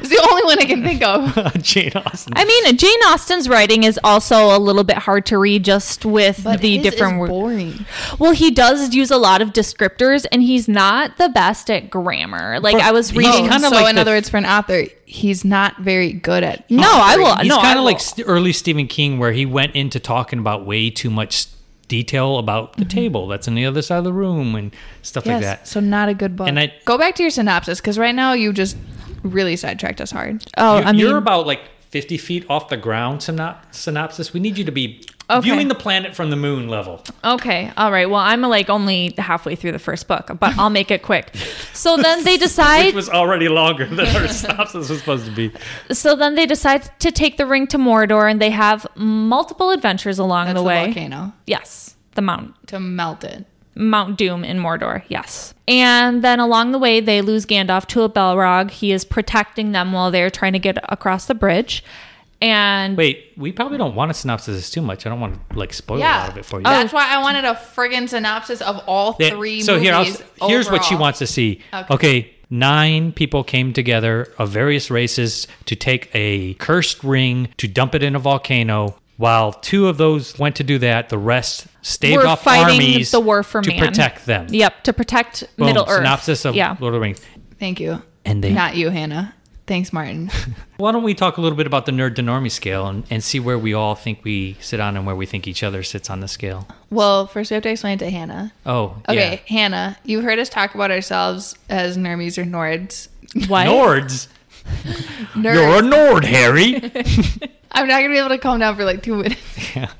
[SPEAKER 1] It's the only one I can think of.
[SPEAKER 2] Jane Austen?
[SPEAKER 3] I mean, Jane Austen's writing is also a little bit hard to read just with the different wor-
[SPEAKER 1] boring.
[SPEAKER 3] Well, he does use a lot of descriptors and he's not the best at grammar. Like
[SPEAKER 2] But
[SPEAKER 3] I was
[SPEAKER 2] he's
[SPEAKER 3] reading
[SPEAKER 2] kind- kinda
[SPEAKER 1] so
[SPEAKER 2] like
[SPEAKER 1] in
[SPEAKER 2] the-
[SPEAKER 1] other words, for an author, he's not very good at.
[SPEAKER 3] No, Oh, I will.
[SPEAKER 2] He's
[SPEAKER 3] no, I
[SPEAKER 2] kind of
[SPEAKER 3] will.
[SPEAKER 2] like st- early Stephen King, where he went into talking about way too much detail about
[SPEAKER 3] Mm-hmm.
[SPEAKER 2] the table that's on the other side of the room and stuff like that.
[SPEAKER 1] so not a good book.
[SPEAKER 2] And I-
[SPEAKER 1] Go back to your synopsis because right now you just really sidetracked us hard.
[SPEAKER 3] Oh,
[SPEAKER 2] you,
[SPEAKER 3] I mean,
[SPEAKER 2] you're about like 50 feet off the ground synop- synopsis. We need you to be
[SPEAKER 3] Okay.
[SPEAKER 2] viewing the planet from the moon level.
[SPEAKER 3] Okay. All right. Well, I'm like only halfway through the first book, but I'll make it quick. So then they
[SPEAKER 2] It
[SPEAKER 3] decide.
[SPEAKER 2] was already longer than our synopsis was supposed to be.
[SPEAKER 3] so then they decide to take the ring to Mordor, and they have multiple adventures along
[SPEAKER 1] That's
[SPEAKER 3] the
[SPEAKER 1] the
[SPEAKER 3] way.
[SPEAKER 1] volcano
[SPEAKER 3] Yes, the mount.
[SPEAKER 1] to melt it.
[SPEAKER 3] Mount Doom in Mordor, yes. And then along the way, they lose Gandalf to a Belrog. He is protecting them while they're trying to get across the bridge. And
[SPEAKER 2] Wait, we probably don't want a synopsis too much. I don't want to like spoil a lot
[SPEAKER 1] Yeah, Oh,
[SPEAKER 2] of it for you.
[SPEAKER 3] Oh,
[SPEAKER 1] that's why I wanted a friggin' synopsis of all
[SPEAKER 2] That-
[SPEAKER 1] three.
[SPEAKER 2] so here, I'll,
[SPEAKER 1] movies
[SPEAKER 2] here's what she
[SPEAKER 1] overall.
[SPEAKER 2] wants to see.
[SPEAKER 1] Okay.
[SPEAKER 2] Okay. nine people came together of various races to take a cursed ring to dump it in a volcano. While two of those went to do that, the rest staved
[SPEAKER 3] Were
[SPEAKER 2] off
[SPEAKER 3] fighting
[SPEAKER 2] armies
[SPEAKER 3] the war for
[SPEAKER 2] to
[SPEAKER 3] man.
[SPEAKER 2] protect them.
[SPEAKER 3] yep, to protect
[SPEAKER 2] Boom,
[SPEAKER 3] Middle Earth.
[SPEAKER 2] Synopsis of
[SPEAKER 3] yeah.
[SPEAKER 2] Lord of the Rings.
[SPEAKER 1] Thank you.
[SPEAKER 2] And they-
[SPEAKER 1] not you, Hannah. Thanks, Martin.
[SPEAKER 2] Why don't we talk a little bit about the nerd to normie scale and, and see where we all think we sit on and where we think each other sits on the scale?
[SPEAKER 1] well, first we have to explain it to Hannah.
[SPEAKER 2] Oh,
[SPEAKER 1] Okay, Hannah, you've heard us talk about ourselves as nerds or nords.
[SPEAKER 3] What?
[SPEAKER 2] yeah. Nords.
[SPEAKER 1] Nerds.
[SPEAKER 2] You're a Nord, Harry.
[SPEAKER 1] I'm not gonna be able to calm down for like two minutes.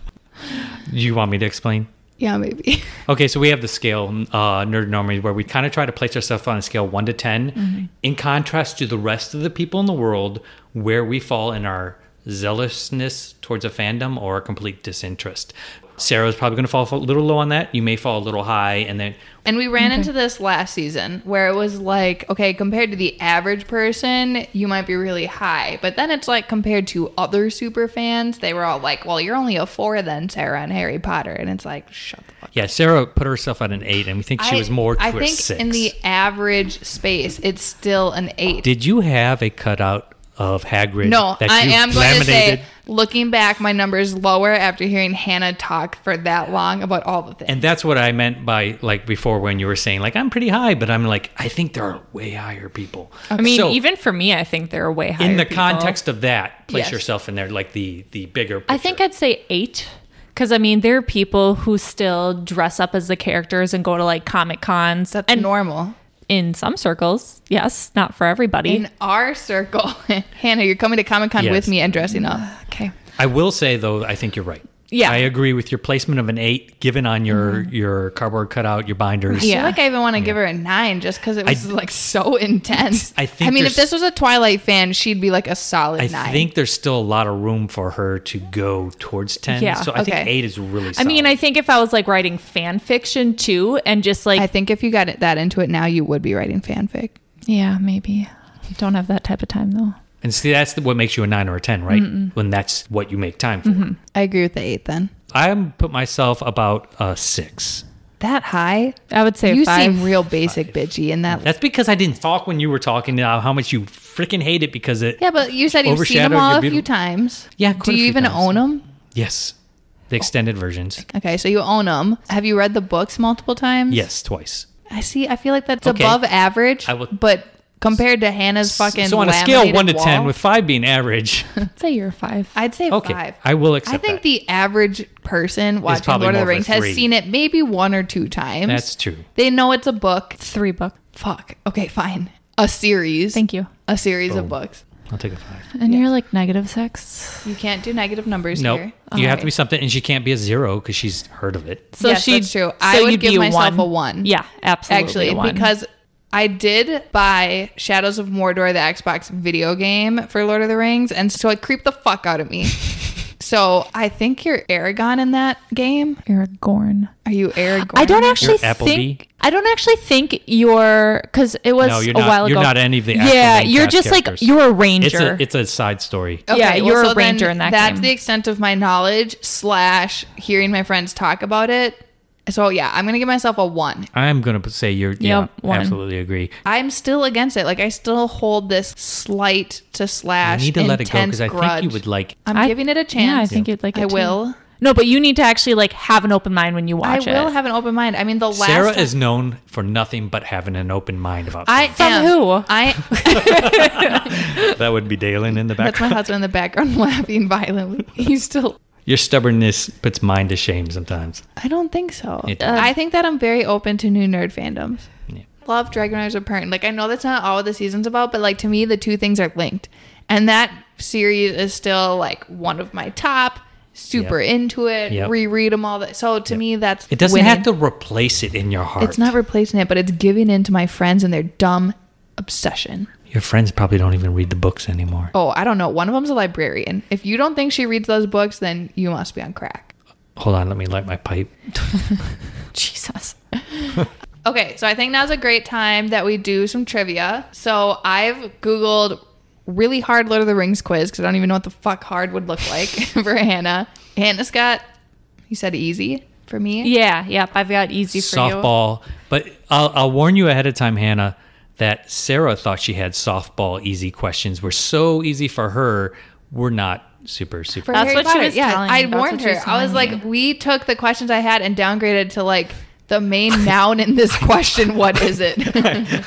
[SPEAKER 2] Do you want me to explain?
[SPEAKER 1] yeah, maybe.
[SPEAKER 2] Okay, so we have the scale, uh, nerd normie, where we kind of try to place ourselves on a scale one to 10
[SPEAKER 1] Mm-hmm.
[SPEAKER 2] in contrast to the rest of the people in the world, where we fall in our zealousness towards a fandom or a complete disinterest. Sarah's probably going to fall a little low on that. You may fall a little high, and then
[SPEAKER 1] And we ran into this last season where it was like, okay, compared to the average person, you might be really high. But then it's like compared to other super fans, they were all like, well, you're only a four then, Sarah and Harry Potter. And it's like, shut the fuck
[SPEAKER 2] yeah, Sarah put herself at an eight, and we think she
[SPEAKER 1] I-
[SPEAKER 2] was more to
[SPEAKER 1] I
[SPEAKER 2] a
[SPEAKER 1] think
[SPEAKER 2] six.
[SPEAKER 1] in the average space, it's still an eight.
[SPEAKER 2] Did you have a cutout of Hagrid?
[SPEAKER 1] no,
[SPEAKER 2] that
[SPEAKER 1] I
[SPEAKER 2] you
[SPEAKER 1] am going to
[SPEAKER 2] laminated?
[SPEAKER 1] say, looking back, my number is lower after hearing Hannah talk for that long about all the things.
[SPEAKER 2] And that's what I meant by like before when you were saying like I'm pretty high, but I'm like I think there are way higher people.
[SPEAKER 3] I mean,
[SPEAKER 2] So,
[SPEAKER 3] even for me, I think they're way higher.
[SPEAKER 2] in the
[SPEAKER 3] people.
[SPEAKER 2] context of that, place
[SPEAKER 1] Yes.
[SPEAKER 2] yourself in there like the the bigger. Picture.
[SPEAKER 3] I think I'd say eight. Because I mean, there are people who still dress up as the characters and go to like comic cons.
[SPEAKER 1] That's
[SPEAKER 3] and
[SPEAKER 1] normal.
[SPEAKER 3] in some circles, yes, not for everybody.
[SPEAKER 1] In our circle, Hannah, you're coming to Comic Con with
[SPEAKER 2] Yes.
[SPEAKER 1] me and dressing up. Okay.
[SPEAKER 2] I will say though, I think you're right.
[SPEAKER 3] Yeah. Mm-hmm.
[SPEAKER 2] I agree with your placement of an eight, given on your your cardboard cutout, your binders.
[SPEAKER 1] I
[SPEAKER 3] Yeah.
[SPEAKER 1] feel like I even want to give her a nine just because it was like so intense.
[SPEAKER 2] I think
[SPEAKER 1] I mean,
[SPEAKER 2] there's-
[SPEAKER 1] if this was a Twilight fan, she'd be like a solid
[SPEAKER 2] I
[SPEAKER 1] nine.
[SPEAKER 2] think there's still a lot of room for her to go towards ten.
[SPEAKER 3] Yeah,
[SPEAKER 2] so I
[SPEAKER 1] okay.
[SPEAKER 2] think eight is really.
[SPEAKER 3] I
[SPEAKER 2] Solid.
[SPEAKER 3] mean, I think if I was like writing fan fiction too, and just like
[SPEAKER 1] I think if you got it, that into it now, you would be writing fanfic.
[SPEAKER 3] Yeah, maybe. I don't have that type of time though.
[SPEAKER 2] and see that's what makes you a nine or a ten, right? When that's what you make time for.
[SPEAKER 3] Mm-hmm.
[SPEAKER 1] I agree with the eight then.
[SPEAKER 2] I'm put myself about a six.
[SPEAKER 1] That high?
[SPEAKER 3] I would say
[SPEAKER 1] you
[SPEAKER 3] five.
[SPEAKER 1] seem real basic bitchy in that.
[SPEAKER 2] That's because I didn't talk when you were talking now how much you freaking hate it because it
[SPEAKER 1] yeah, but you said you've seen them
[SPEAKER 2] Overshadow
[SPEAKER 1] all
[SPEAKER 2] your
[SPEAKER 1] a few
[SPEAKER 2] beautiful-
[SPEAKER 1] times.
[SPEAKER 2] Yeah, quite
[SPEAKER 1] Do
[SPEAKER 2] a
[SPEAKER 1] you
[SPEAKER 2] few
[SPEAKER 1] even
[SPEAKER 2] times.
[SPEAKER 1] own them?
[SPEAKER 2] yes, the extended versions.
[SPEAKER 1] Okay, so you own them. Have you read the books multiple times?
[SPEAKER 2] Yes, twice.
[SPEAKER 1] I see. I feel like that's
[SPEAKER 2] Okay.
[SPEAKER 1] above average.
[SPEAKER 2] I will-
[SPEAKER 1] But compared to Hannah's fucking.
[SPEAKER 2] so on a scale of
[SPEAKER 1] laminated
[SPEAKER 2] one to ten,
[SPEAKER 1] wall,
[SPEAKER 2] with five being average,
[SPEAKER 3] I'd say you're five.
[SPEAKER 1] I'd say
[SPEAKER 2] okay,
[SPEAKER 1] five.
[SPEAKER 2] I will
[SPEAKER 1] I
[SPEAKER 2] accept.
[SPEAKER 1] think
[SPEAKER 2] that.
[SPEAKER 1] the average person watching
[SPEAKER 2] probably
[SPEAKER 1] Lord of the
[SPEAKER 2] more of a
[SPEAKER 1] Rings has
[SPEAKER 2] three.
[SPEAKER 1] seen it maybe one or two times.
[SPEAKER 2] that's true.
[SPEAKER 1] They know it's a book.
[SPEAKER 3] Three book.
[SPEAKER 1] Fuck. Okay, fine. A series.
[SPEAKER 3] Thank you.
[SPEAKER 1] A series of
[SPEAKER 2] Boom.
[SPEAKER 1] books.
[SPEAKER 2] I'll take a five.
[SPEAKER 3] And you're like negative six.
[SPEAKER 1] You can't do negative numbers
[SPEAKER 2] Nope,
[SPEAKER 1] here.
[SPEAKER 2] you have
[SPEAKER 1] Alright.
[SPEAKER 2] to be something, and she can't be a zero because she's heard of it.
[SPEAKER 3] So
[SPEAKER 1] Yes,
[SPEAKER 3] she,
[SPEAKER 1] that's true. I would
[SPEAKER 3] you'd
[SPEAKER 1] give
[SPEAKER 3] be
[SPEAKER 1] myself a one.
[SPEAKER 3] Yeah, absolutely.
[SPEAKER 1] actually
[SPEAKER 3] a one.
[SPEAKER 1] because I did buy Shadows of Mordor, the Xbox video game for Lord of the Rings, and so it creeped the fuck out of me. so I think you're Aragon in that game.
[SPEAKER 3] Aragorn.
[SPEAKER 1] Are you Aragorn?
[SPEAKER 3] I don't actually
[SPEAKER 2] You're Applebee?
[SPEAKER 3] think I don't actually think you're because it was
[SPEAKER 2] No, you're
[SPEAKER 3] a
[SPEAKER 2] not-
[SPEAKER 3] while ago.
[SPEAKER 2] you're not any of the actual
[SPEAKER 3] Yeah,
[SPEAKER 2] main
[SPEAKER 3] you're
[SPEAKER 2] cast
[SPEAKER 3] just
[SPEAKER 2] characters.
[SPEAKER 3] like you're a
[SPEAKER 2] It's
[SPEAKER 3] ranger.
[SPEAKER 2] a it's a side story.
[SPEAKER 3] Yeah, you're a
[SPEAKER 1] then
[SPEAKER 3] ranger in that
[SPEAKER 1] That's
[SPEAKER 3] game.
[SPEAKER 1] the extent of my knowledge slash hearing my friends talk about it. So yeah, I'm gonna give myself a one.
[SPEAKER 2] I'm gonna say you're yeah,
[SPEAKER 3] Yep, one.
[SPEAKER 2] absolutely agree.
[SPEAKER 1] I'm still against it. Like I still hold this slight to
[SPEAKER 2] I
[SPEAKER 1] slash.
[SPEAKER 2] need to let it go
[SPEAKER 1] intense
[SPEAKER 2] because I think you
[SPEAKER 1] grudge.
[SPEAKER 2] would like.
[SPEAKER 1] I'm
[SPEAKER 3] I-
[SPEAKER 1] giving it a
[SPEAKER 3] yeah, I
[SPEAKER 1] chance.
[SPEAKER 3] think you'd like. It
[SPEAKER 1] I
[SPEAKER 3] too.
[SPEAKER 1] will.
[SPEAKER 3] No, but you need to actually like have an open mind when you
[SPEAKER 1] I
[SPEAKER 3] watch it.
[SPEAKER 1] will have an open mind. I mean, the last
[SPEAKER 2] Sarah
[SPEAKER 1] time-
[SPEAKER 2] is known for nothing but having an open mind about.
[SPEAKER 1] I
[SPEAKER 3] From
[SPEAKER 1] am-
[SPEAKER 3] who?
[SPEAKER 1] I
[SPEAKER 2] things. that would be Dalen in the
[SPEAKER 1] that's my
[SPEAKER 2] background.
[SPEAKER 1] husband in the background laughing violently. He's still.
[SPEAKER 2] Your stubbornness puts mine to shame sometimes.
[SPEAKER 1] I don't think so.
[SPEAKER 2] It-
[SPEAKER 1] Uh, I think that I'm very open to new nerd fandoms.
[SPEAKER 2] Yeah.
[SPEAKER 1] Love Dragon Riders Apparent. Like I know that's not all the season's about, but like to me the two things are linked, and that series is still like one of my top. Super
[SPEAKER 2] Yep.
[SPEAKER 1] into it.
[SPEAKER 2] Yep.
[SPEAKER 1] Reread them all. That. So to me, that's
[SPEAKER 2] It doesn't
[SPEAKER 1] winning.
[SPEAKER 2] have to replace it in your heart.
[SPEAKER 1] It's not replacing it, but it's giving in to my friends and their dumb obsession.
[SPEAKER 2] your friends probably don't even read the books anymore.
[SPEAKER 1] Oh, I don't know. One of them's a librarian. If you don't think she reads those books, then you must be on crack.
[SPEAKER 2] Hold on, let me light my pipe.
[SPEAKER 3] Jesus.
[SPEAKER 1] Okay, so I think now's a great time that we do some trivia. So I've Googled really hard Lord of the Rings quiz because I don't even know what the fuck hard would look like for Hannah. Hannah's got, you said easy for me.
[SPEAKER 3] Yeah, yep. I've got easy for you.
[SPEAKER 2] softball. But I'll, I'll warn you ahead of time, Hannah, that Sarah thought she had softball easy questions. Were so easy for her. We're not super super.
[SPEAKER 1] For
[SPEAKER 3] That's
[SPEAKER 1] Harry
[SPEAKER 3] what she
[SPEAKER 1] Potter.
[SPEAKER 3] was
[SPEAKER 1] yeah,
[SPEAKER 3] telling
[SPEAKER 1] I
[SPEAKER 3] me. That's
[SPEAKER 1] warned
[SPEAKER 3] what she
[SPEAKER 1] her.
[SPEAKER 3] was
[SPEAKER 1] I was
[SPEAKER 3] telling
[SPEAKER 1] like, we took the questions I had and downgraded to like the main noun in this question. What is it?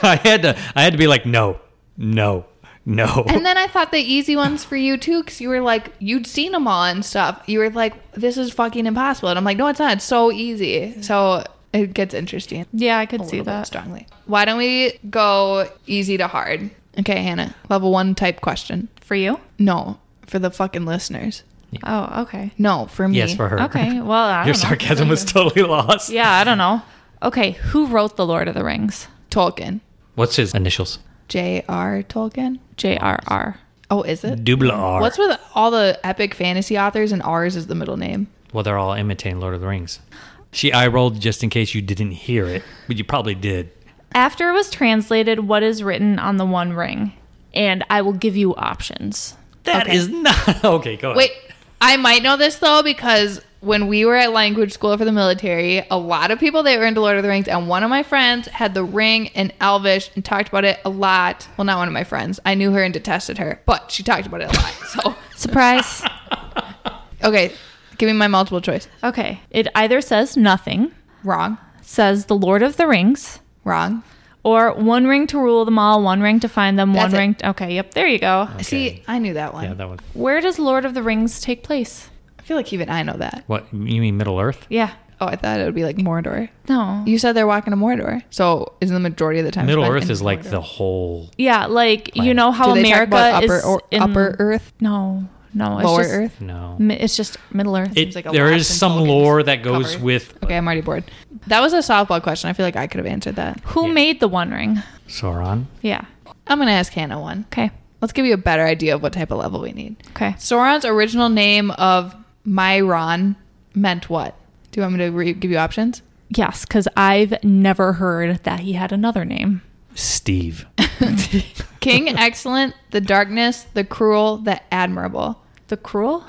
[SPEAKER 2] I had to. I had to be like, no, no, no.
[SPEAKER 1] And then I thought the easy ones for you too, because you were like, you'd seen them all and stuff. You were like, this is fucking impossible. And I'm like, no, it's not. It's so easy. So it gets interesting.
[SPEAKER 3] Yeah, I could
[SPEAKER 1] A
[SPEAKER 3] see
[SPEAKER 1] little bit
[SPEAKER 3] that.
[SPEAKER 1] strongly. Why don't we go easy to hard? Okay, Hannah, level one type question.
[SPEAKER 3] For you?
[SPEAKER 1] No, for the fucking listeners.
[SPEAKER 3] Oh, okay.
[SPEAKER 1] No, for me.
[SPEAKER 2] yes, for her.
[SPEAKER 3] Okay. Well, I don't
[SPEAKER 2] Your
[SPEAKER 3] know.
[SPEAKER 2] sarcasm was totally lost.
[SPEAKER 3] Yeah, I don't know. Okay, who wrote The Lord of the Rings?
[SPEAKER 1] Tolkien.
[SPEAKER 2] What's his initials?
[SPEAKER 1] J.R. Tolkien.
[SPEAKER 3] J.R.R.
[SPEAKER 1] Oh, is it?
[SPEAKER 2] Double R.
[SPEAKER 1] What's with all the epic fantasy authors and R's is the middle name?
[SPEAKER 2] well, they're all imitating Lord of the Rings. She eye rolled just in case you didn't hear it, but you probably did.
[SPEAKER 3] After it was translated, what is written on the One Ring? And I will give you options.
[SPEAKER 2] That is not okay. Go ahead.
[SPEAKER 1] Wait, I might know this though because when we were at language school for the military, a lot of people that were into Lord of the Rings, and one of my friends had the ring and Elvish and talked about it a lot. Well, not one of my friends. I knew her and detested her, but she talked about it a lot. So,
[SPEAKER 3] Surprise.
[SPEAKER 1] okay, give me my multiple choice.
[SPEAKER 3] okay. It either says nothing,
[SPEAKER 1] Wrong,
[SPEAKER 3] says The Lord of the Rings,
[SPEAKER 1] wrong.
[SPEAKER 3] or one ring to rule them all, one ring to find them,
[SPEAKER 1] That's
[SPEAKER 3] one
[SPEAKER 1] it.
[SPEAKER 3] ring. okay, yep, there you go.
[SPEAKER 1] See, I knew that one.
[SPEAKER 2] Yeah, that one.
[SPEAKER 3] Where does Lord of the Rings take place?
[SPEAKER 1] I feel like even I know that.
[SPEAKER 2] What you mean, Middle Earth?
[SPEAKER 3] Yeah.
[SPEAKER 1] Oh, I thought it would be like Mordor.
[SPEAKER 3] No.
[SPEAKER 1] You said they're walking to Mordor, so isn't the majority of the time
[SPEAKER 2] Middle
[SPEAKER 1] spent
[SPEAKER 2] Earth
[SPEAKER 1] in
[SPEAKER 2] is like
[SPEAKER 1] Mordor?
[SPEAKER 2] the whole.
[SPEAKER 3] yeah, like you
[SPEAKER 2] Planet.
[SPEAKER 3] know how
[SPEAKER 1] Do they talk
[SPEAKER 3] America
[SPEAKER 1] about upper
[SPEAKER 3] is
[SPEAKER 1] or,
[SPEAKER 3] in-
[SPEAKER 1] upper Earth,
[SPEAKER 3] No, no, it's
[SPEAKER 1] lower
[SPEAKER 3] just,
[SPEAKER 1] Earth?
[SPEAKER 2] No,
[SPEAKER 3] mi- It's just Middle Earth.
[SPEAKER 2] it,
[SPEAKER 1] like a
[SPEAKER 2] there
[SPEAKER 1] lot
[SPEAKER 2] is
[SPEAKER 1] in
[SPEAKER 2] some
[SPEAKER 1] Tolkien's
[SPEAKER 2] lore that goes
[SPEAKER 1] cover.
[SPEAKER 2] with.
[SPEAKER 1] Okay, I'm already bored. That was a softball question. I feel like I could have answered that.
[SPEAKER 3] Who
[SPEAKER 2] Yeah.
[SPEAKER 3] made the One Ring?
[SPEAKER 2] Sauron.
[SPEAKER 3] Yeah.
[SPEAKER 1] I'm going to ask Hannah one.
[SPEAKER 3] Okay.
[SPEAKER 1] Let's give you a better idea of what type of level we need.
[SPEAKER 3] Okay.
[SPEAKER 1] Sauron's original name of Myron meant what? Do you want me to re- give you options?
[SPEAKER 3] Yes, because I've never heard that he had another name.
[SPEAKER 2] Steve.
[SPEAKER 1] King Excellent, the Darkness, the Cruel, the Admirable.
[SPEAKER 3] The Cruel?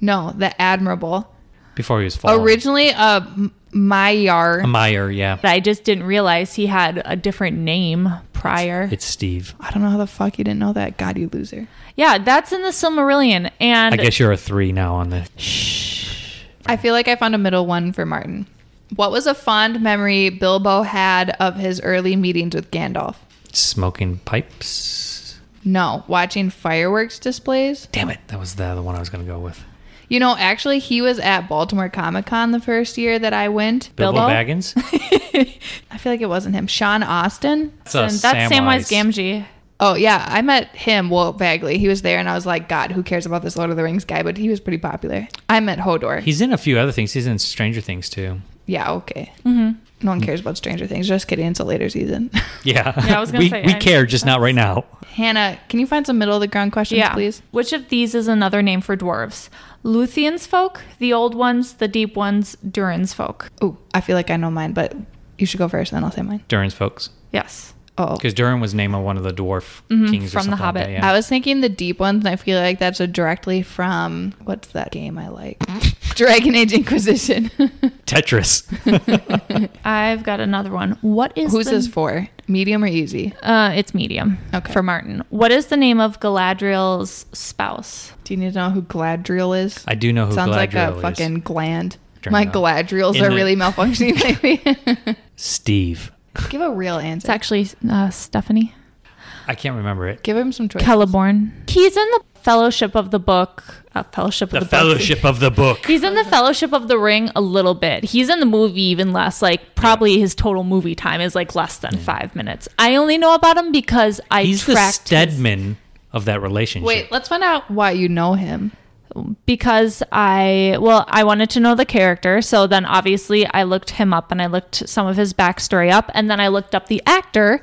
[SPEAKER 1] No, the Admirable.
[SPEAKER 2] Before he was fallen.
[SPEAKER 1] Originally, uh, M- Maiar.
[SPEAKER 2] A Meyer, yeah.
[SPEAKER 3] I just didn't realize he had a different name prior.
[SPEAKER 2] It's Steve.
[SPEAKER 1] I don't know how the fuck you didn't know that. God, you loser.
[SPEAKER 3] Yeah, that's in the Silmarillion. And
[SPEAKER 2] I guess you're a three now on the.
[SPEAKER 1] I feel like I found a middle one for Martin. What was a fond memory Bilbo had of his early meetings with Gandalf?
[SPEAKER 2] Smoking pipes.
[SPEAKER 1] No, watching fireworks displays.
[SPEAKER 2] Damn it. That was the other one I was going to go with.
[SPEAKER 1] You know, actually, he was at Baltimore Comic Con the first year that I went.
[SPEAKER 2] Bilbo,
[SPEAKER 3] Bilbo?
[SPEAKER 2] Baggins?
[SPEAKER 1] I feel like it wasn't him. Sean Austin.
[SPEAKER 2] That's, a
[SPEAKER 3] that's Samwise Gamgee.
[SPEAKER 1] Oh yeah, I met him. Well, vaguely, he was there, and I was like, God, who cares about this Lord of the Rings guy? But he was pretty popular. I met Hodor.
[SPEAKER 2] He's in a few other things. He's in Stranger Things, too.
[SPEAKER 1] yeah, okay. No one cares about Stranger Things. Just kidding. It's a later season.
[SPEAKER 2] Yeah.
[SPEAKER 3] Yeah, I was gonna
[SPEAKER 2] we,
[SPEAKER 3] say,
[SPEAKER 2] We
[SPEAKER 3] I-
[SPEAKER 2] care, just not right now.
[SPEAKER 1] Hannah, can you find some middle of the ground questions,
[SPEAKER 3] Yeah.
[SPEAKER 1] please?
[SPEAKER 3] Which of these is another name for dwarves? Luthien's folk, the old ones, the deep ones, Durin's folk.
[SPEAKER 1] Oh, I feel like I know mine, but you should go first, then I'll say mine.
[SPEAKER 2] Durin's folks.
[SPEAKER 3] Yes.
[SPEAKER 1] Oh,
[SPEAKER 2] Because Durin was named on one of the dwarf kings or
[SPEAKER 3] Mm-hmm, from The
[SPEAKER 2] something like that,
[SPEAKER 3] Hobbit.
[SPEAKER 2] yeah.
[SPEAKER 1] I was thinking the deep ones, and I feel like that's a directly from what's that game I like? Dragon Age Inquisition.
[SPEAKER 2] Tetris.
[SPEAKER 3] I've got another one. What is
[SPEAKER 1] Who's
[SPEAKER 3] the-
[SPEAKER 1] this for? Medium or easy?
[SPEAKER 3] Uh, it's medium.
[SPEAKER 1] Okay.
[SPEAKER 3] For Martin. What is the name of Galadriel's spouse?
[SPEAKER 1] Do you need to know who Gladriel is?
[SPEAKER 2] I do know who
[SPEAKER 1] Sounds like
[SPEAKER 2] Galadriel
[SPEAKER 1] a
[SPEAKER 2] is.
[SPEAKER 1] fucking gland.
[SPEAKER 2] Turn
[SPEAKER 1] My
[SPEAKER 2] it up.
[SPEAKER 1] Gladriels
[SPEAKER 2] In
[SPEAKER 1] are
[SPEAKER 2] the-
[SPEAKER 1] really malfunctioning lately.
[SPEAKER 2] Steve.
[SPEAKER 1] Give a real
[SPEAKER 3] It's
[SPEAKER 1] answer.
[SPEAKER 3] actually uh, Stephanie
[SPEAKER 2] I can't remember it.
[SPEAKER 1] Give him some choice.
[SPEAKER 3] Celeborn. He's in the Fellowship of the Book. Uh, fellowship
[SPEAKER 2] The
[SPEAKER 3] of the Book.
[SPEAKER 2] Fellowship of the Book.
[SPEAKER 3] He's in the Fellowship of the Ring a little bit. He's in the movie even less. Like probably his total movie time is like less than five minutes. I only know about him because I
[SPEAKER 2] He's the
[SPEAKER 3] tracked his-
[SPEAKER 2] Stedman of that relationship.
[SPEAKER 1] Wait, let's find out why you know him.
[SPEAKER 3] because I well I wanted to know the character so then obviously I looked him up and I looked some of his backstory up and then I looked up the actor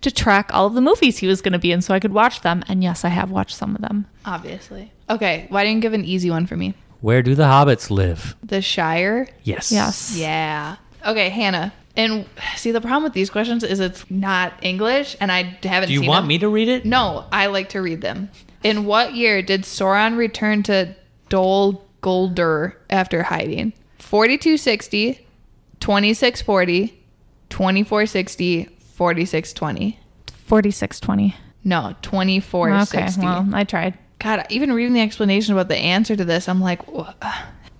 [SPEAKER 3] to track all of the movies he was going to be in so I could watch them and yes I have watched some of them
[SPEAKER 1] Obviously. Okay, why didn't you give an easy one for me?
[SPEAKER 2] Where do the hobbits live?
[SPEAKER 1] The Shire?
[SPEAKER 2] Yes.
[SPEAKER 3] yes
[SPEAKER 1] Yeah. Okay, Hannah. And see, the problem with these questions is it's not English, and I haven't.
[SPEAKER 2] Do you
[SPEAKER 1] seen
[SPEAKER 2] want
[SPEAKER 1] them.
[SPEAKER 2] me to read it?
[SPEAKER 1] No, I like to read them. In what year did Sauron return to Dol Guldur after hiding? 4260, 2640, 2460, 4620.
[SPEAKER 3] 4620
[SPEAKER 1] No,
[SPEAKER 3] okay
[SPEAKER 1] 2460.
[SPEAKER 3] well I tried
[SPEAKER 1] God, even reading the explanation about the answer to this, I'm like, wha-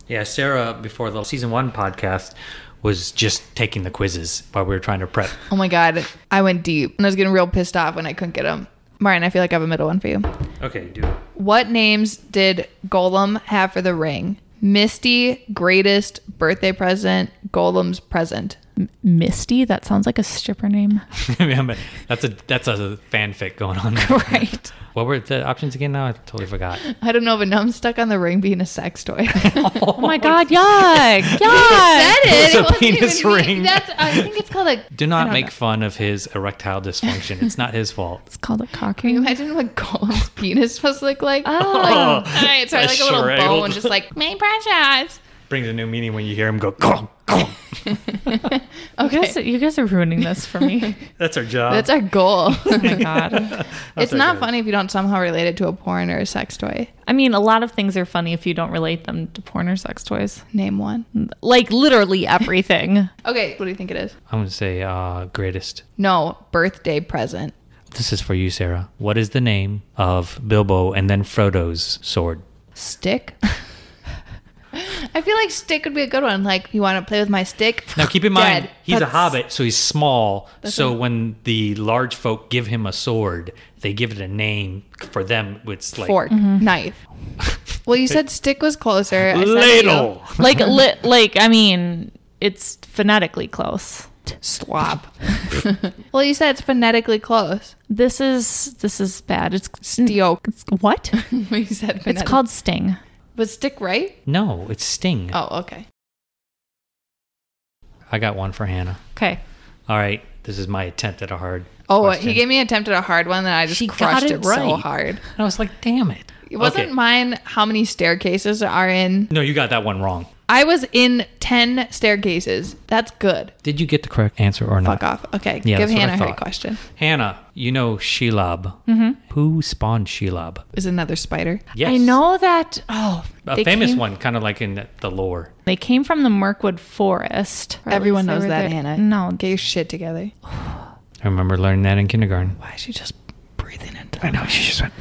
[SPEAKER 2] Yeah, Sarah before the season one podcast was just taking the quizzes while we were trying to prep.
[SPEAKER 1] oh my God, I went deep. And I was getting real pissed off when I couldn't get them. Marion, I feel like I have a middle one for you.
[SPEAKER 2] Okay, dude.
[SPEAKER 1] What names did Golem have for the ring? Misty, greatest, birthday present, Golem's present.
[SPEAKER 3] Misty that sounds like a stripper name
[SPEAKER 2] that's a that's a fanfic going on.
[SPEAKER 3] right
[SPEAKER 2] What were the options again? Now I totally forgot.
[SPEAKER 1] I don't know, but now I'm stuck on the ring being a sex toy.
[SPEAKER 3] oh my god yuck yuck
[SPEAKER 2] It's a
[SPEAKER 1] wasn't
[SPEAKER 2] penis
[SPEAKER 1] even me.
[SPEAKER 2] ring.
[SPEAKER 1] That's, I think it's called a.
[SPEAKER 2] Do not
[SPEAKER 1] don't
[SPEAKER 2] make
[SPEAKER 1] know.
[SPEAKER 2] fun of his erectile dysfunction. It's not his fault.
[SPEAKER 3] it's called a cock
[SPEAKER 1] Can you
[SPEAKER 3] ring
[SPEAKER 1] imagine what Golem's penis was like? Like,
[SPEAKER 3] Oh.
[SPEAKER 1] like, all right, sorry,
[SPEAKER 2] I
[SPEAKER 1] like a little
[SPEAKER 2] sure
[SPEAKER 1] bone,
[SPEAKER 2] am.
[SPEAKER 1] just like my precious.
[SPEAKER 2] Brings a new meaning when you hear him go. Grom, grom.
[SPEAKER 3] you guys,
[SPEAKER 1] Okay,
[SPEAKER 3] you guys are ruining this for me
[SPEAKER 2] That's our job.
[SPEAKER 1] that's our goal.
[SPEAKER 3] oh my god
[SPEAKER 1] it's
[SPEAKER 2] our
[SPEAKER 1] not
[SPEAKER 2] goal.
[SPEAKER 1] funny if you don't somehow relate it to a porn or a sex toy.
[SPEAKER 3] I mean, a lot of things are funny if you don't relate them to porn or sex toys.
[SPEAKER 1] Name one.
[SPEAKER 2] Mm.
[SPEAKER 3] Like literally everything.
[SPEAKER 1] Okay, what do you think it is?
[SPEAKER 2] I'm gonna say uh, greatest.
[SPEAKER 1] No, birthday present.
[SPEAKER 2] This is for you, Sarah. What is the name of Bilbo and then Frodo's sword?
[SPEAKER 1] Stick? I feel like stick would be a good one. Like, you want to play with my stick?
[SPEAKER 2] Now keep in mind
[SPEAKER 1] Dead.
[SPEAKER 2] he's
[SPEAKER 3] That's-
[SPEAKER 2] a hobbit, so he's small. So when the large folk give him a sword, they give it a name for them. It's like
[SPEAKER 1] Fork, knife. Well, you said stick was closer. I said
[SPEAKER 2] ladle.
[SPEAKER 3] Like li- like I mean, it's phonetically close.
[SPEAKER 1] Swab. well, you said it's phonetically close.
[SPEAKER 3] This is this is bad. It's
[SPEAKER 1] Steok.
[SPEAKER 3] It's, what?
[SPEAKER 1] you said
[SPEAKER 3] It's
[SPEAKER 1] phonetic-
[SPEAKER 3] called sting.
[SPEAKER 1] Was stick right?
[SPEAKER 2] No, it's Sting.
[SPEAKER 1] Oh, okay.
[SPEAKER 2] I got one for Hannah.
[SPEAKER 3] Okay.
[SPEAKER 2] All right, this is my attempt at a hard.
[SPEAKER 1] Oh,
[SPEAKER 2] question.
[SPEAKER 1] he gave me an attempt at a hard one that I just
[SPEAKER 2] She got
[SPEAKER 1] crushed it,
[SPEAKER 2] it
[SPEAKER 1] so
[SPEAKER 2] right.
[SPEAKER 1] hard.
[SPEAKER 2] And I was like, damn it.
[SPEAKER 1] It wasn't
[SPEAKER 2] Okay.
[SPEAKER 1] mine how many staircases are in.
[SPEAKER 2] No, you got that one wrong.
[SPEAKER 1] I was in 10 staircases. That's good.
[SPEAKER 2] Did you get the correct answer or not?
[SPEAKER 1] Fuck off. Okay,
[SPEAKER 2] Yeah,
[SPEAKER 1] give
[SPEAKER 2] that's what I
[SPEAKER 1] Hannah her
[SPEAKER 2] thought.
[SPEAKER 1] question.
[SPEAKER 2] Hannah, you know Shelob. Mm-hmm. Who spawned Shelob?
[SPEAKER 1] Is another spider.
[SPEAKER 2] Yes.
[SPEAKER 3] I know that oh
[SPEAKER 2] A
[SPEAKER 3] they
[SPEAKER 2] famous
[SPEAKER 3] came-
[SPEAKER 2] one, kind of like in the lore.
[SPEAKER 3] They came from the Mirkwood Forest. Or at
[SPEAKER 1] Everyone
[SPEAKER 3] least they
[SPEAKER 1] knows
[SPEAKER 3] were
[SPEAKER 1] that,
[SPEAKER 3] there.
[SPEAKER 1] Hannah.
[SPEAKER 3] No.
[SPEAKER 1] Get your shit together.
[SPEAKER 2] I remember learning that in kindergarten.
[SPEAKER 1] Why is she just breathing into
[SPEAKER 2] I know, she just went.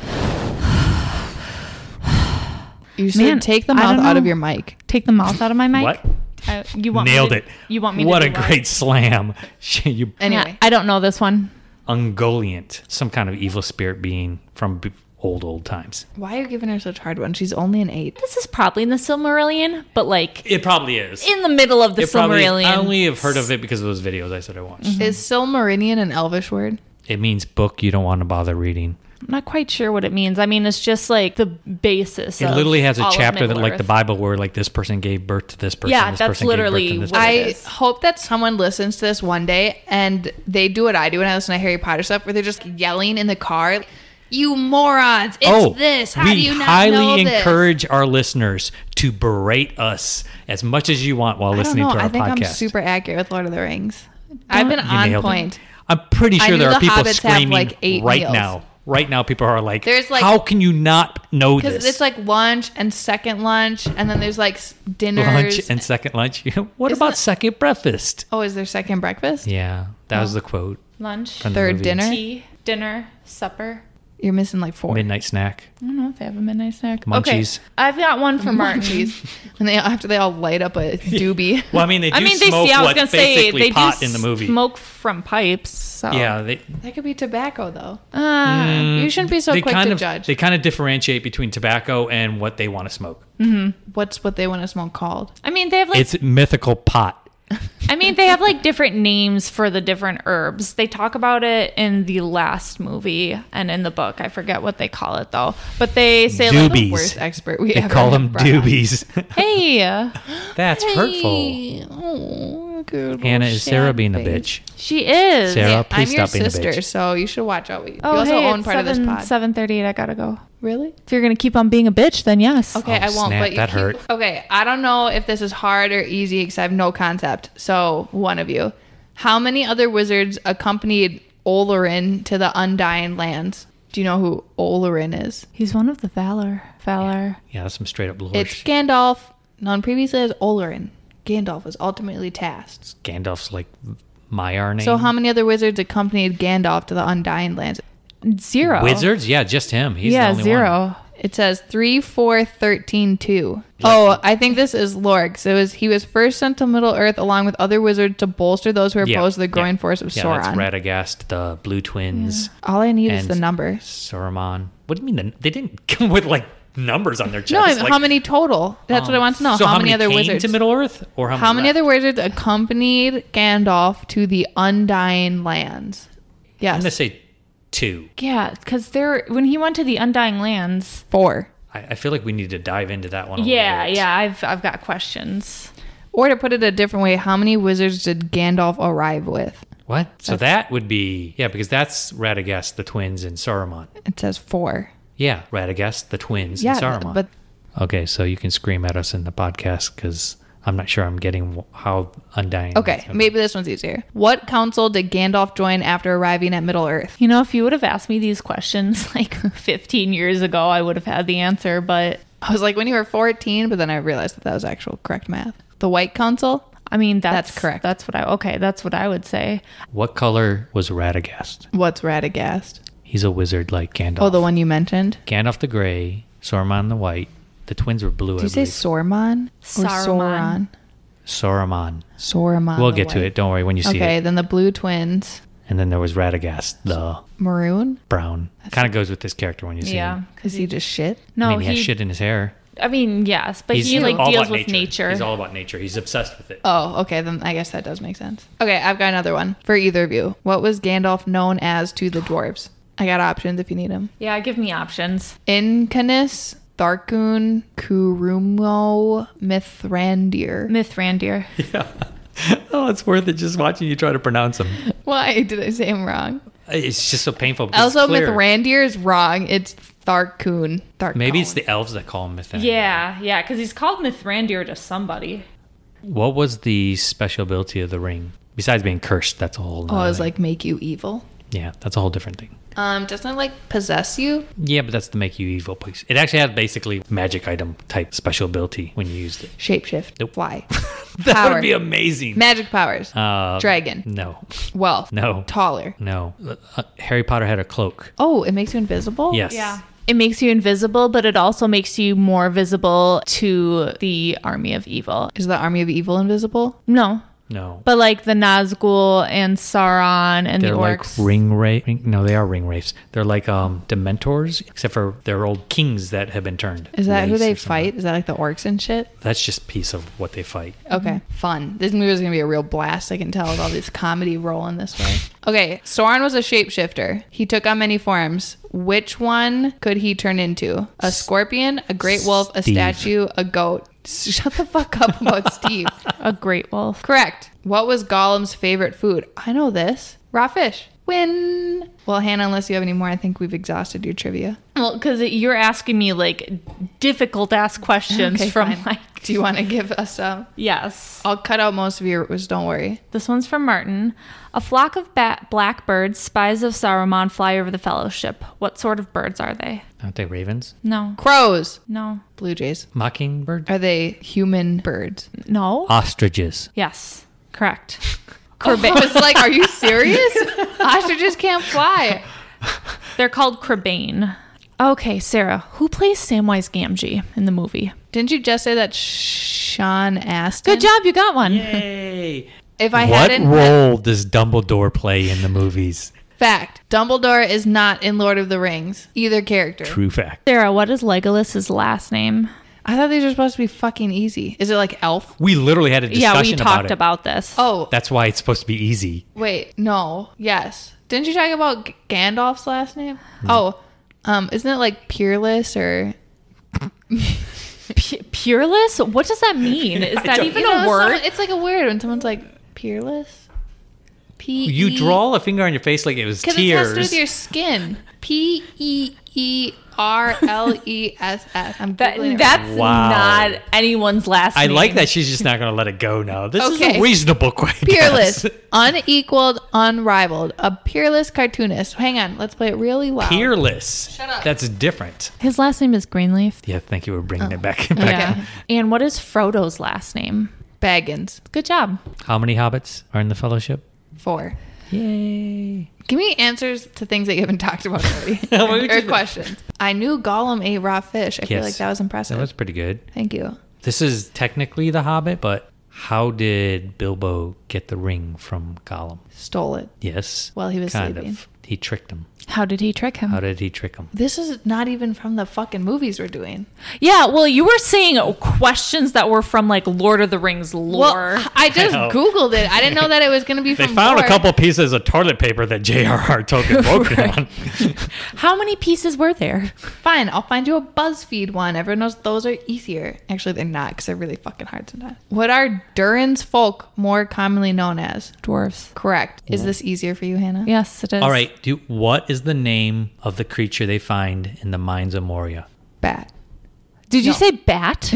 [SPEAKER 1] You
[SPEAKER 3] said
[SPEAKER 1] should
[SPEAKER 3] Man,
[SPEAKER 1] take the
[SPEAKER 3] I
[SPEAKER 1] mouth
[SPEAKER 3] don't
[SPEAKER 1] out of
[SPEAKER 3] know.
[SPEAKER 1] your mic.
[SPEAKER 3] Take the mouth out of my mic.
[SPEAKER 2] What?
[SPEAKER 3] I- you want me
[SPEAKER 2] Nailed
[SPEAKER 3] to-
[SPEAKER 2] it.
[SPEAKER 3] You want me
[SPEAKER 2] What
[SPEAKER 3] to
[SPEAKER 2] a
[SPEAKER 3] do
[SPEAKER 2] great slam. She- you
[SPEAKER 1] Anyway.
[SPEAKER 3] Yeah, I don't know this one.
[SPEAKER 2] Ungoliant, some kind of evil spirit being from b- old, old times.
[SPEAKER 1] Why are you giving her such hard one? She's only an eight.
[SPEAKER 3] This is probably in the Silmarillion, but like
[SPEAKER 2] It probably is.
[SPEAKER 3] in the middle of the
[SPEAKER 2] it probably is.
[SPEAKER 3] Silmarillion. Mm-hmm.
[SPEAKER 2] I only have heard of it because of those videos I said I watched.
[SPEAKER 1] Is Silmarillion an Elvish word?
[SPEAKER 2] It means book you don't want to bother reading.
[SPEAKER 3] I'm not quite sure what it means. I mean, it's just like the basis.
[SPEAKER 2] It
[SPEAKER 3] of
[SPEAKER 2] literally has a
[SPEAKER 3] all of
[SPEAKER 2] chapter that, like
[SPEAKER 3] Middle-earth.
[SPEAKER 2] the Bible, where like this person gave birth to this person.
[SPEAKER 3] Yeah,
[SPEAKER 2] this
[SPEAKER 3] that's
[SPEAKER 2] person gave birth to
[SPEAKER 3] literally
[SPEAKER 2] this
[SPEAKER 3] what
[SPEAKER 2] person.
[SPEAKER 3] it
[SPEAKER 1] I
[SPEAKER 3] is.
[SPEAKER 1] hope that someone listens to this one day and they do what I do when I listen to Harry Potter stuff, where they're just yelling in the car, "You morons! It's this! How
[SPEAKER 2] Oh, we
[SPEAKER 1] do you not
[SPEAKER 2] highly
[SPEAKER 1] know this?"
[SPEAKER 2] encourage our listeners to berate us as much as you want while
[SPEAKER 1] I don't
[SPEAKER 2] listening
[SPEAKER 1] know.
[SPEAKER 2] to our
[SPEAKER 1] I think
[SPEAKER 2] podcast.
[SPEAKER 1] I'm super accurate with Lord of the Rings. I've been
[SPEAKER 2] You
[SPEAKER 1] on
[SPEAKER 2] nailed it.
[SPEAKER 1] point.
[SPEAKER 2] I'm pretty
[SPEAKER 1] I
[SPEAKER 2] sure
[SPEAKER 1] knew
[SPEAKER 2] there
[SPEAKER 1] the
[SPEAKER 2] are people
[SPEAKER 1] hobbits have,
[SPEAKER 2] screaming
[SPEAKER 1] like, eight
[SPEAKER 2] right
[SPEAKER 1] meals.
[SPEAKER 2] now. Right now, people are like,
[SPEAKER 1] There's, like-
[SPEAKER 2] "How can you not know this?"
[SPEAKER 1] Because it's like lunch and second lunch, and then there's like dinner.
[SPEAKER 2] lunch and second lunch. what
[SPEAKER 1] Isn't
[SPEAKER 2] about
[SPEAKER 1] it-
[SPEAKER 2] second breakfast?
[SPEAKER 1] oh, is there second breakfast?
[SPEAKER 2] Yeah, that was the quote.
[SPEAKER 3] lunch,
[SPEAKER 2] From the
[SPEAKER 1] Third
[SPEAKER 2] movie.
[SPEAKER 1] dinner.
[SPEAKER 3] tea, dinner, supper.
[SPEAKER 1] You're missing like four.
[SPEAKER 2] midnight snack.
[SPEAKER 3] I don't know if they have a midnight snack.
[SPEAKER 2] Munchies.
[SPEAKER 3] Okay, I've got one for Martin.
[SPEAKER 1] Munchies. and they after they all light up a doobie.
[SPEAKER 2] Well, I mean, they do
[SPEAKER 3] I mean, they
[SPEAKER 2] smoke
[SPEAKER 3] see. I was
[SPEAKER 2] what's
[SPEAKER 3] gonna say
[SPEAKER 2] basically
[SPEAKER 3] they
[SPEAKER 2] pot
[SPEAKER 3] do
[SPEAKER 2] in the movie.
[SPEAKER 3] smoke from pipes. So.
[SPEAKER 2] Yeah, they,
[SPEAKER 1] that could be tobacco though. Ah,
[SPEAKER 3] Uh,
[SPEAKER 1] you shouldn't be so
[SPEAKER 2] Mm, they
[SPEAKER 1] quick
[SPEAKER 2] kind
[SPEAKER 1] to
[SPEAKER 2] of
[SPEAKER 1] judge.
[SPEAKER 2] they kind of differentiate between tobacco and what they want to smoke.
[SPEAKER 1] What's what they want to smoke called?
[SPEAKER 3] I mean, they have like
[SPEAKER 2] It's mythical pot.
[SPEAKER 3] I mean, they have like different names for the different herbs. They talk about it in the last movie and in the book. I forget what they call it though, but they say like,
[SPEAKER 2] Doobies.
[SPEAKER 1] Worst expert we
[SPEAKER 2] They
[SPEAKER 1] ever
[SPEAKER 2] call them
[SPEAKER 1] brought on.
[SPEAKER 2] doobies.
[SPEAKER 3] "Hey,
[SPEAKER 2] That's hurtful.
[SPEAKER 1] Hey, Oh, good little
[SPEAKER 2] Hannah is Sarah being a
[SPEAKER 1] shabby.
[SPEAKER 2] bitch.
[SPEAKER 3] she is."
[SPEAKER 2] Sarah,
[SPEAKER 1] Yeah,
[SPEAKER 2] please
[SPEAKER 1] I'm your
[SPEAKER 2] stop being a
[SPEAKER 1] sister,
[SPEAKER 2] bitch.
[SPEAKER 1] so you should watch out. You
[SPEAKER 3] Oh,
[SPEAKER 1] also
[SPEAKER 3] hey,
[SPEAKER 1] own part of this pod.
[SPEAKER 3] Seven thirty-eight. I gotta go.
[SPEAKER 1] Really?
[SPEAKER 3] If you're gonna keep on being a bitch, then yes.
[SPEAKER 1] Okay, I won't.
[SPEAKER 2] snap,
[SPEAKER 1] but you
[SPEAKER 2] that
[SPEAKER 1] keep-
[SPEAKER 2] hurt.
[SPEAKER 1] Okay, I don't know if this is hard or easy because I have no concept. So one of you, how many other wizards accompanied Olorin to the Undying Lands? Do you know who Olorin is?
[SPEAKER 3] He's one of the Valor. Valor.
[SPEAKER 2] Yeah, that's some straight up lore.
[SPEAKER 1] It's Gandalf, known previously as Olorin. Gandalf was ultimately tasked.
[SPEAKER 2] Gandalf's like Maiar name.
[SPEAKER 1] So how many other wizards accompanied Gandalf to the Undying Lands?
[SPEAKER 3] Zero.
[SPEAKER 2] Wizards? Yeah, just him. He's the
[SPEAKER 3] yeah,
[SPEAKER 2] only
[SPEAKER 3] zero.
[SPEAKER 2] One.
[SPEAKER 1] It says three, four, thirteen, two. Oh, I think this is Lorg. So it was he was first sent to Middle Earth along with other wizards to bolster those who
[SPEAKER 2] Yeah,
[SPEAKER 1] opposed the growing
[SPEAKER 2] yeah.
[SPEAKER 1] force of
[SPEAKER 2] yeah,
[SPEAKER 1] Sauron.
[SPEAKER 2] That's Radagast, the Blue Twins,
[SPEAKER 1] All I need is
[SPEAKER 2] And-
[SPEAKER 1] the number.
[SPEAKER 2] Saruman. What do you mean? The, they didn't come with like numbers on their chest.
[SPEAKER 1] No, I
[SPEAKER 2] like,
[SPEAKER 1] how many total? That's what I want to know.
[SPEAKER 2] So
[SPEAKER 1] how, many, other
[SPEAKER 2] came
[SPEAKER 1] wizards?
[SPEAKER 2] to Middle Earth, or how,
[SPEAKER 1] how many
[SPEAKER 2] left?
[SPEAKER 1] other wizards accompanied Gandalf to the Undying Lands?
[SPEAKER 2] I'm
[SPEAKER 1] Yes,
[SPEAKER 2] gonna say two.
[SPEAKER 3] Yeah, because there when he went to the Undying Lands.
[SPEAKER 1] four.
[SPEAKER 2] I, I feel like we need to dive into that one. a
[SPEAKER 3] Yeah,
[SPEAKER 2] little bit.
[SPEAKER 3] yeah. I've I've got questions.
[SPEAKER 1] Or to put it a different way, how many wizards did Gandalf arrive with?
[SPEAKER 2] What? So that would be yeah, because that's Radagast, the twins, and Saruman.
[SPEAKER 1] It says four.
[SPEAKER 2] Yeah, Radagast, the twins,
[SPEAKER 1] Yeah,
[SPEAKER 2] and Saruman.
[SPEAKER 1] but
[SPEAKER 2] okay, so you can scream at us in the podcast because I'm not sure I'm getting wh- how undying.
[SPEAKER 1] okay, maybe this one's easier. What council did Gandalf join after arriving at Middle Earth?
[SPEAKER 3] You know, if you would have asked me these questions like 15 years ago, I would have had the answer, but
[SPEAKER 1] I was like, when you were fourteen, but then I realized that that was actual correct math. The White Council.
[SPEAKER 3] I mean, that's,
[SPEAKER 1] That's correct.
[SPEAKER 3] That's what I Okay, that's what I would say.
[SPEAKER 2] What color was Radagast?
[SPEAKER 1] What's Radagast?
[SPEAKER 2] He's a wizard like Gandalf.
[SPEAKER 1] Oh, the one you mentioned.
[SPEAKER 2] Gandalf the Grey, Saruman the White. The twins were blue.
[SPEAKER 1] Did you say Sormon or Sauron?
[SPEAKER 3] Saruman.
[SPEAKER 2] Saruman?
[SPEAKER 1] Saruman.
[SPEAKER 2] we'll
[SPEAKER 1] the
[SPEAKER 2] get to
[SPEAKER 1] white.
[SPEAKER 2] it. Don't worry when you see
[SPEAKER 1] Okay,
[SPEAKER 2] it.
[SPEAKER 1] then the blue twins,
[SPEAKER 2] And then there was Radagast, the
[SPEAKER 1] maroon.
[SPEAKER 2] brown. Kind of goes with this character when you see
[SPEAKER 3] Yeah.
[SPEAKER 2] him.
[SPEAKER 1] Is he just shit?
[SPEAKER 2] I
[SPEAKER 3] No,
[SPEAKER 2] mean, he, has shit in his hair.
[SPEAKER 3] I mean, yes, but
[SPEAKER 2] He's
[SPEAKER 3] he like
[SPEAKER 2] all
[SPEAKER 3] deals
[SPEAKER 2] about
[SPEAKER 3] with nature.
[SPEAKER 2] He's all about nature. He's obsessed with it.
[SPEAKER 1] Oh, okay. Then I guess that does make sense. Okay, I've got another one for either of you. What was Gandalf known as to the dwarves? I got options if you need them.
[SPEAKER 3] yeah, give me options.
[SPEAKER 1] Incanis, Tharkun, Kurumo, Mithrandir.
[SPEAKER 3] Mithrandir.
[SPEAKER 2] Yeah. oh, it's worth it just watching you try to pronounce them.
[SPEAKER 1] Why did I say him wrong?
[SPEAKER 2] It's just so painful. because it's
[SPEAKER 1] Also,
[SPEAKER 2] clear.
[SPEAKER 1] Mithrandir is wrong. It's Tharkun. Tharkun.
[SPEAKER 2] Maybe it's the elves that call him Mithrandir.
[SPEAKER 3] Yeah, yeah, because he's called Mithrandir to somebody.
[SPEAKER 2] What was the special ability of the ring? Besides being cursed, that's a whole.
[SPEAKER 1] Oh,
[SPEAKER 2] nother
[SPEAKER 1] it was
[SPEAKER 2] thing.
[SPEAKER 1] like make you evil.
[SPEAKER 2] yeah, that's a whole different thing.
[SPEAKER 1] Um, doesn't it like possess you?
[SPEAKER 2] Yeah, but that's the make you evil piece. It actually had basically magic item type special ability when you used it.
[SPEAKER 1] Shapeshift.
[SPEAKER 2] Nope.
[SPEAKER 1] Fly.
[SPEAKER 2] That
[SPEAKER 1] Power.
[SPEAKER 2] would be amazing.
[SPEAKER 1] Magic powers.
[SPEAKER 2] Uh,
[SPEAKER 1] Dragon.
[SPEAKER 2] No,
[SPEAKER 1] Wealth.
[SPEAKER 2] No.
[SPEAKER 1] Taller.
[SPEAKER 2] no. Uh, Harry Potter had a cloak.
[SPEAKER 1] Oh, it makes you invisible?
[SPEAKER 2] Yes.
[SPEAKER 3] It makes you invisible, but it also makes you more visible to the army of evil.
[SPEAKER 1] Is the army of evil invisible?
[SPEAKER 3] No,
[SPEAKER 2] No.
[SPEAKER 3] but like the Nazgul and Sauron and
[SPEAKER 2] they're
[SPEAKER 3] the
[SPEAKER 2] like
[SPEAKER 3] orcs.
[SPEAKER 2] ring wraith. No, they are ring wraiths. They're like um dementors, except for they're old kings that have been turned.
[SPEAKER 1] Is that who
[SPEAKER 2] Wraiths
[SPEAKER 1] they
[SPEAKER 2] or something.
[SPEAKER 1] fight? Is that like the orcs and shit?
[SPEAKER 2] That's just piece of what they fight.
[SPEAKER 1] Okay, fun. This movie is gonna be a real blast. I can tell with all this comedy rolling this way. Okay, Sauron was a shapeshifter. He took on many forms. Which one could he turn into? A scorpion, a great wolf, a
[SPEAKER 2] Steve.
[SPEAKER 1] statue, a goat. Shut the fuck up about Steve.
[SPEAKER 3] a great wolf.
[SPEAKER 1] Correct. What was Gollum's favorite food? I know this. Raw fish. Win. Well, Hannah, unless you have any more, I think we've exhausted your trivia.
[SPEAKER 3] Well, because you're asking me like difficult ass questions from
[SPEAKER 1] fine.
[SPEAKER 3] like
[SPEAKER 1] Do you want to give us some?
[SPEAKER 3] yes.
[SPEAKER 1] I'll cut out most of yours. Don't worry.
[SPEAKER 3] This one's from Martin. A flock of bat- blackbirds, spies of Saruman, fly over the Fellowship. What sort of birds are they?
[SPEAKER 2] Aren't they ravens?
[SPEAKER 3] No,
[SPEAKER 1] Crows.
[SPEAKER 3] no,
[SPEAKER 1] Blue jays.
[SPEAKER 2] Mockingbird?
[SPEAKER 1] Are they human birds?
[SPEAKER 3] no.
[SPEAKER 2] Ostriches.
[SPEAKER 3] yes, correct.
[SPEAKER 1] Corba- I was like, are you serious?
[SPEAKER 3] Oh.
[SPEAKER 1] Ostriches can't fly.
[SPEAKER 3] They're called Crabane. Okay, Sarah, who plays Samwise Gamgee in the movie?
[SPEAKER 1] Didn't you just say that Sean asked?
[SPEAKER 3] Good job, you got one.
[SPEAKER 2] Yay!
[SPEAKER 1] If I
[SPEAKER 2] what
[SPEAKER 1] hadn't.
[SPEAKER 2] role does Dumbledore play in the movies?
[SPEAKER 1] Fact Dumbledore is not in Lord of the Rings, either character.
[SPEAKER 2] True fact.
[SPEAKER 3] Sarah, what is Legolas's last name?
[SPEAKER 1] I thought these were supposed to be fucking easy. Is it like Elf?
[SPEAKER 2] We literally had a discussion
[SPEAKER 3] yeah, we
[SPEAKER 2] about
[SPEAKER 3] talked
[SPEAKER 2] it.
[SPEAKER 3] about this.
[SPEAKER 1] Oh,
[SPEAKER 2] That's why it's supposed to be easy.
[SPEAKER 1] wait, no, yes. Didn't you talk about G- Gandalf's last name?
[SPEAKER 2] Hmm.
[SPEAKER 1] Oh, um, isn't it like Peerless or
[SPEAKER 3] P- pureless? What does that mean? Is that
[SPEAKER 2] don't-
[SPEAKER 3] even
[SPEAKER 1] You know,
[SPEAKER 3] a word?
[SPEAKER 1] some- it's like a word when someone's like Peerless. P.
[SPEAKER 2] You
[SPEAKER 1] E-
[SPEAKER 2] draw a finger on your face like it was
[SPEAKER 1] Because it has to do
[SPEAKER 2] tears.
[SPEAKER 1] with your skin. P E E R L E S S. I'm Googling
[SPEAKER 3] That-
[SPEAKER 1] it right
[SPEAKER 3] that's
[SPEAKER 2] Wow.
[SPEAKER 3] not anyone's last
[SPEAKER 2] I
[SPEAKER 3] name.
[SPEAKER 2] like that she's just not going to let it go now. This is
[SPEAKER 1] Okay.
[SPEAKER 2] a reasonable question.
[SPEAKER 1] Peerless, unequaled, unrivaled, a peerless cartoonist. Hang on, let's play it really loud.
[SPEAKER 2] Peerless.
[SPEAKER 1] Shut up.
[SPEAKER 2] That's different.
[SPEAKER 3] His last name is Greenleaf.
[SPEAKER 2] Yeah, thank you for bringing it back. back
[SPEAKER 3] Yeah. and what is Frodo's last name?
[SPEAKER 1] Baggins,
[SPEAKER 3] Good job.
[SPEAKER 2] How many hobbits are in the fellowship?
[SPEAKER 1] four.
[SPEAKER 2] Yay.
[SPEAKER 1] Give me answers to things that you haven't talked about already,
[SPEAKER 2] What would
[SPEAKER 1] or
[SPEAKER 2] you-
[SPEAKER 1] questions. I knew Gollum ate raw fish. I feel
[SPEAKER 2] Yes.
[SPEAKER 1] like that was impressive.
[SPEAKER 2] That was pretty good.
[SPEAKER 1] Thank you.
[SPEAKER 2] This is technically the hobbit, but how did Bilbo get the ring from Gollum?
[SPEAKER 1] Stole it.
[SPEAKER 2] Yes.
[SPEAKER 1] While he was
[SPEAKER 2] kind
[SPEAKER 1] sleeping.
[SPEAKER 2] of. He tricked him.
[SPEAKER 3] How did he trick him?
[SPEAKER 2] How did he trick him?
[SPEAKER 1] This is not even from the fucking movies we're doing.
[SPEAKER 3] yeah, well, you were saying questions that were from like Lord of the Rings lore.
[SPEAKER 1] Well, I just
[SPEAKER 2] I know.
[SPEAKER 1] googled it. I didn't know that it was going to be
[SPEAKER 2] They
[SPEAKER 1] from.
[SPEAKER 2] found a
[SPEAKER 1] lore.
[SPEAKER 2] couple pieces of toilet paper that J.R.R. Tolkien wrote on.
[SPEAKER 3] How many pieces were there?
[SPEAKER 1] Fine, I'll find you a BuzzFeed one. Everyone knows those are easier. Actually, they're not because they're really fucking hard sometimes. What are Durin's folk more commonly known as?
[SPEAKER 3] Dwarves.
[SPEAKER 1] Correct. Is this easier for you, Hannah?
[SPEAKER 3] Yes, it is.
[SPEAKER 2] All right. Do, what is the name of the creature they find in the mines of Moria?
[SPEAKER 1] Bat.
[SPEAKER 3] Did you
[SPEAKER 1] No.
[SPEAKER 3] say bat?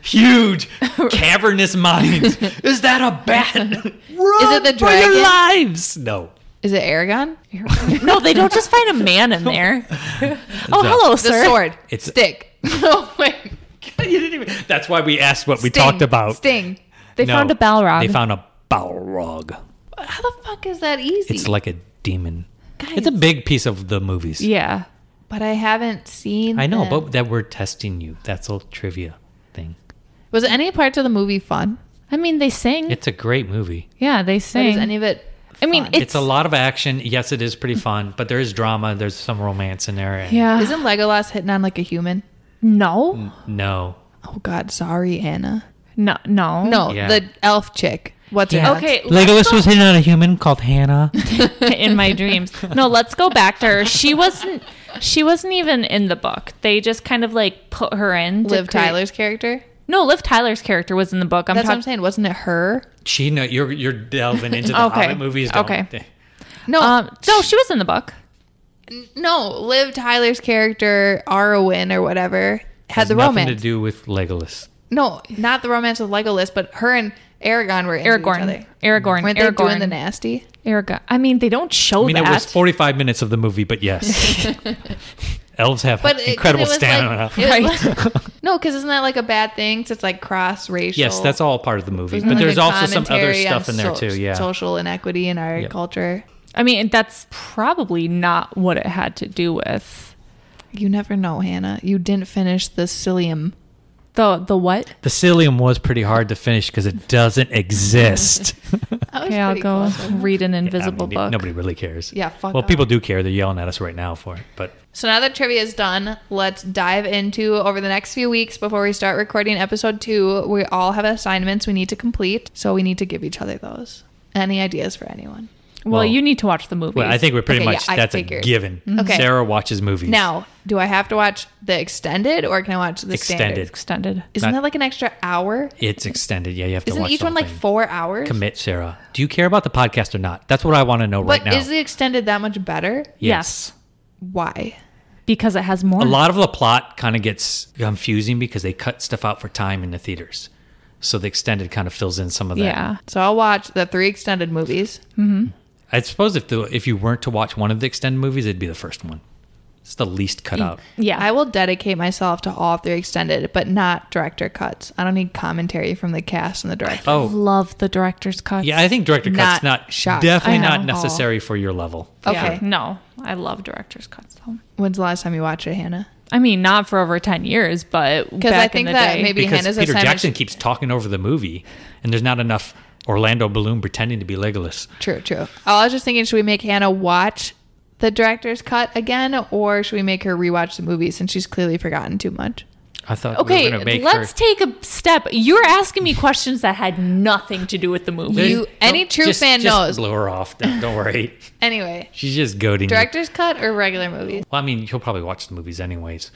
[SPEAKER 2] Huge cavernous mines. Is that a bat? Run
[SPEAKER 1] it the
[SPEAKER 2] for your
[SPEAKER 1] dragon?
[SPEAKER 2] lives? No.
[SPEAKER 1] Is it Aragon?
[SPEAKER 3] no, they don't just find a man in there. Oh,
[SPEAKER 2] The-
[SPEAKER 3] hello,
[SPEAKER 1] The
[SPEAKER 3] sir.
[SPEAKER 1] sword.
[SPEAKER 2] It's-
[SPEAKER 1] Stick. oh, wait.
[SPEAKER 2] You didn't even. That's why we asked what we
[SPEAKER 1] Sting.
[SPEAKER 2] talked about.
[SPEAKER 1] Sting.
[SPEAKER 3] They
[SPEAKER 2] No,
[SPEAKER 3] found a Balrog.
[SPEAKER 2] They found a Balrog.
[SPEAKER 1] How the fuck is that easy?
[SPEAKER 2] It's like a demon.
[SPEAKER 1] Guys,
[SPEAKER 2] It's a big piece of the movies.
[SPEAKER 3] yeah.
[SPEAKER 1] but I haven't seen.
[SPEAKER 2] I know,
[SPEAKER 1] them.
[SPEAKER 2] but that we're testing you. That's a trivia thing.
[SPEAKER 1] was any parts of the movie fun?
[SPEAKER 3] I mean, they sing.
[SPEAKER 2] It's a great movie.
[SPEAKER 3] yeah, they
[SPEAKER 1] Or
[SPEAKER 3] sing.
[SPEAKER 1] is any of it?
[SPEAKER 3] I mean,
[SPEAKER 1] fun?
[SPEAKER 3] it-
[SPEAKER 2] It's, a lot of action. Yes, it is pretty fun, but there is drama. There's some romance in there. and-
[SPEAKER 3] yeah.
[SPEAKER 1] isn't Legolas hitting on like a human?
[SPEAKER 2] Mm.
[SPEAKER 3] no.
[SPEAKER 2] No.
[SPEAKER 1] Oh God, sorry, Anna.
[SPEAKER 3] No. No.
[SPEAKER 1] No,
[SPEAKER 2] Yeah.
[SPEAKER 1] the elf chick. What's her nuts?
[SPEAKER 3] Okay.
[SPEAKER 2] Legolas was hitting on a human called Hannah.
[SPEAKER 3] in my dreams. No, let's go back to her. She wasn't. She wasn't even in the book. They just kind of like put her in. to
[SPEAKER 1] Liv
[SPEAKER 3] create-
[SPEAKER 1] Tyler's character.
[SPEAKER 3] No, Liv Tyler's character was in the book. I'm
[SPEAKER 1] That's what I'm
[SPEAKER 3] talking.
[SPEAKER 1] saying. Wasn't it her?
[SPEAKER 2] She know you're you're delving into the
[SPEAKER 3] Okay.
[SPEAKER 2] Hobbit movies. Don't-
[SPEAKER 3] Okay.
[SPEAKER 1] No,
[SPEAKER 3] Um, no, she was in the book.
[SPEAKER 1] no. Liv Tyler's character, Arwen or whatever, had
[SPEAKER 2] Has
[SPEAKER 1] the
[SPEAKER 2] nothing
[SPEAKER 1] romance.
[SPEAKER 2] to do with Legolas.
[SPEAKER 1] no, not the romance with Legolas, but her and Aragon were into each
[SPEAKER 3] Aragorn.
[SPEAKER 1] other.
[SPEAKER 3] Aragorn.
[SPEAKER 1] Weren't
[SPEAKER 3] Aragorn.
[SPEAKER 1] they doing the nasty?
[SPEAKER 3] Aragorn. I mean, they don't show
[SPEAKER 2] I mean,
[SPEAKER 3] that.
[SPEAKER 2] it was 45 minutes of the movie, but yes, elves have
[SPEAKER 1] But it- 'cause
[SPEAKER 2] incredible
[SPEAKER 1] it was
[SPEAKER 2] stamina.
[SPEAKER 1] Like, it was like- no, because isn't that like a bad thing? 'Cause it's like cross racial.
[SPEAKER 2] yes, that's all part of the movie,
[SPEAKER 1] Isn't
[SPEAKER 2] but
[SPEAKER 1] it
[SPEAKER 2] there's
[SPEAKER 1] like a
[SPEAKER 2] also some other
[SPEAKER 1] commentary on
[SPEAKER 2] stuff in there
[SPEAKER 1] so-
[SPEAKER 2] too. Yeah,
[SPEAKER 1] social inequity in our
[SPEAKER 2] Yep.
[SPEAKER 1] culture.
[SPEAKER 3] I mean, that's probably not what it had to do with
[SPEAKER 1] You never know, Hannah. You didn't finish the psyllium.
[SPEAKER 3] the the what.
[SPEAKER 2] the psyllium was pretty hard to finish because it doesn't exist.
[SPEAKER 1] That was
[SPEAKER 3] Okay, I'll
[SPEAKER 1] pretty
[SPEAKER 3] go
[SPEAKER 1] close, wasn't it?
[SPEAKER 3] read an
[SPEAKER 2] Yeah, I
[SPEAKER 3] invisible
[SPEAKER 2] mean,
[SPEAKER 3] book.
[SPEAKER 2] Nobody really cares.
[SPEAKER 1] Yeah, fuck
[SPEAKER 2] Well,
[SPEAKER 1] off.
[SPEAKER 2] people do care. They're yelling at us right now for it, but
[SPEAKER 1] So now that trivia is done, let's dive into over the next few weeks before we start recording episode two. We all have assignments we need to complete, so we need to give each other those. Any ideas for anyone?
[SPEAKER 3] well,
[SPEAKER 2] Well-
[SPEAKER 3] you need to watch the movie.
[SPEAKER 2] well, I think we're pretty
[SPEAKER 1] Okay, yeah,
[SPEAKER 2] much
[SPEAKER 1] I
[SPEAKER 2] that's a
[SPEAKER 1] figured. Mm-hmm.
[SPEAKER 2] given.
[SPEAKER 1] Okay.
[SPEAKER 2] Sarah watches movies
[SPEAKER 1] Now, do I have to watch the extended or can I watch the
[SPEAKER 2] Extended.
[SPEAKER 1] standard?
[SPEAKER 3] extended.
[SPEAKER 1] Isn't
[SPEAKER 2] Not-
[SPEAKER 1] that like an extra hour?
[SPEAKER 2] It's extended. Yeah, you have to
[SPEAKER 1] Isn't
[SPEAKER 2] watch
[SPEAKER 1] each
[SPEAKER 2] the
[SPEAKER 1] one
[SPEAKER 2] whole
[SPEAKER 1] like
[SPEAKER 2] thing.
[SPEAKER 1] four hours?
[SPEAKER 2] Commit, Sarah. Do you care about the podcast or not? That's what I want to know
[SPEAKER 1] but
[SPEAKER 2] right now.
[SPEAKER 1] is the extended that much better?
[SPEAKER 3] Yes.
[SPEAKER 1] Why?
[SPEAKER 3] because it has more.
[SPEAKER 2] A lot of the plot kind of gets confusing because they cut stuff out for time in the theaters. So the extended kind of fills in some of that.
[SPEAKER 3] Yeah.
[SPEAKER 1] So I'll watch the three extended movies.
[SPEAKER 2] I suppose if the if you weren't to watch one of the extended movies, it'd be the first one. It's the least
[SPEAKER 1] Mm.
[SPEAKER 2] cut out.
[SPEAKER 3] Yeah.
[SPEAKER 1] I will dedicate myself to all three extended, but not director cuts. I don't need commentary from the cast and the director.
[SPEAKER 2] Oh,
[SPEAKER 3] love the director's cut.
[SPEAKER 2] yeah. I think director
[SPEAKER 1] Not
[SPEAKER 2] cuts not
[SPEAKER 1] shocked.
[SPEAKER 2] definitely
[SPEAKER 3] I know.
[SPEAKER 2] not necessary for your level.
[SPEAKER 1] Okay.
[SPEAKER 3] No, I love director's cuts though.
[SPEAKER 1] When's the last time you watched it, Hannah?
[SPEAKER 3] I mean, not for over 10 years, but
[SPEAKER 1] Because I
[SPEAKER 3] back
[SPEAKER 1] think
[SPEAKER 3] in the
[SPEAKER 1] that
[SPEAKER 3] day.
[SPEAKER 1] maybe
[SPEAKER 2] because
[SPEAKER 1] Hannah's
[SPEAKER 2] Peter
[SPEAKER 1] assignment.
[SPEAKER 2] Jackson keeps talking over the movie, and there's not enough Orlando Bloom pretending to be Legolas.
[SPEAKER 1] True, true. I was just thinking, should we make Hannah watch the director's cut again, or should we make her rewatch the movie since she's clearly forgotten too much?
[SPEAKER 2] I thought we were going to
[SPEAKER 3] Okay,
[SPEAKER 2] make
[SPEAKER 3] let's
[SPEAKER 2] her.
[SPEAKER 3] take a step. You're asking me questions that had nothing to do with the movie.
[SPEAKER 1] You- any
[SPEAKER 2] Don't-
[SPEAKER 1] true
[SPEAKER 2] just-
[SPEAKER 1] fan
[SPEAKER 2] just
[SPEAKER 1] knows.
[SPEAKER 2] Blow her off. Don't, don't worry.
[SPEAKER 1] Anyway,
[SPEAKER 2] She's just goading. you.
[SPEAKER 1] director's cut or regular movies?
[SPEAKER 2] Well, I mean, she'll probably watch the movies anyways.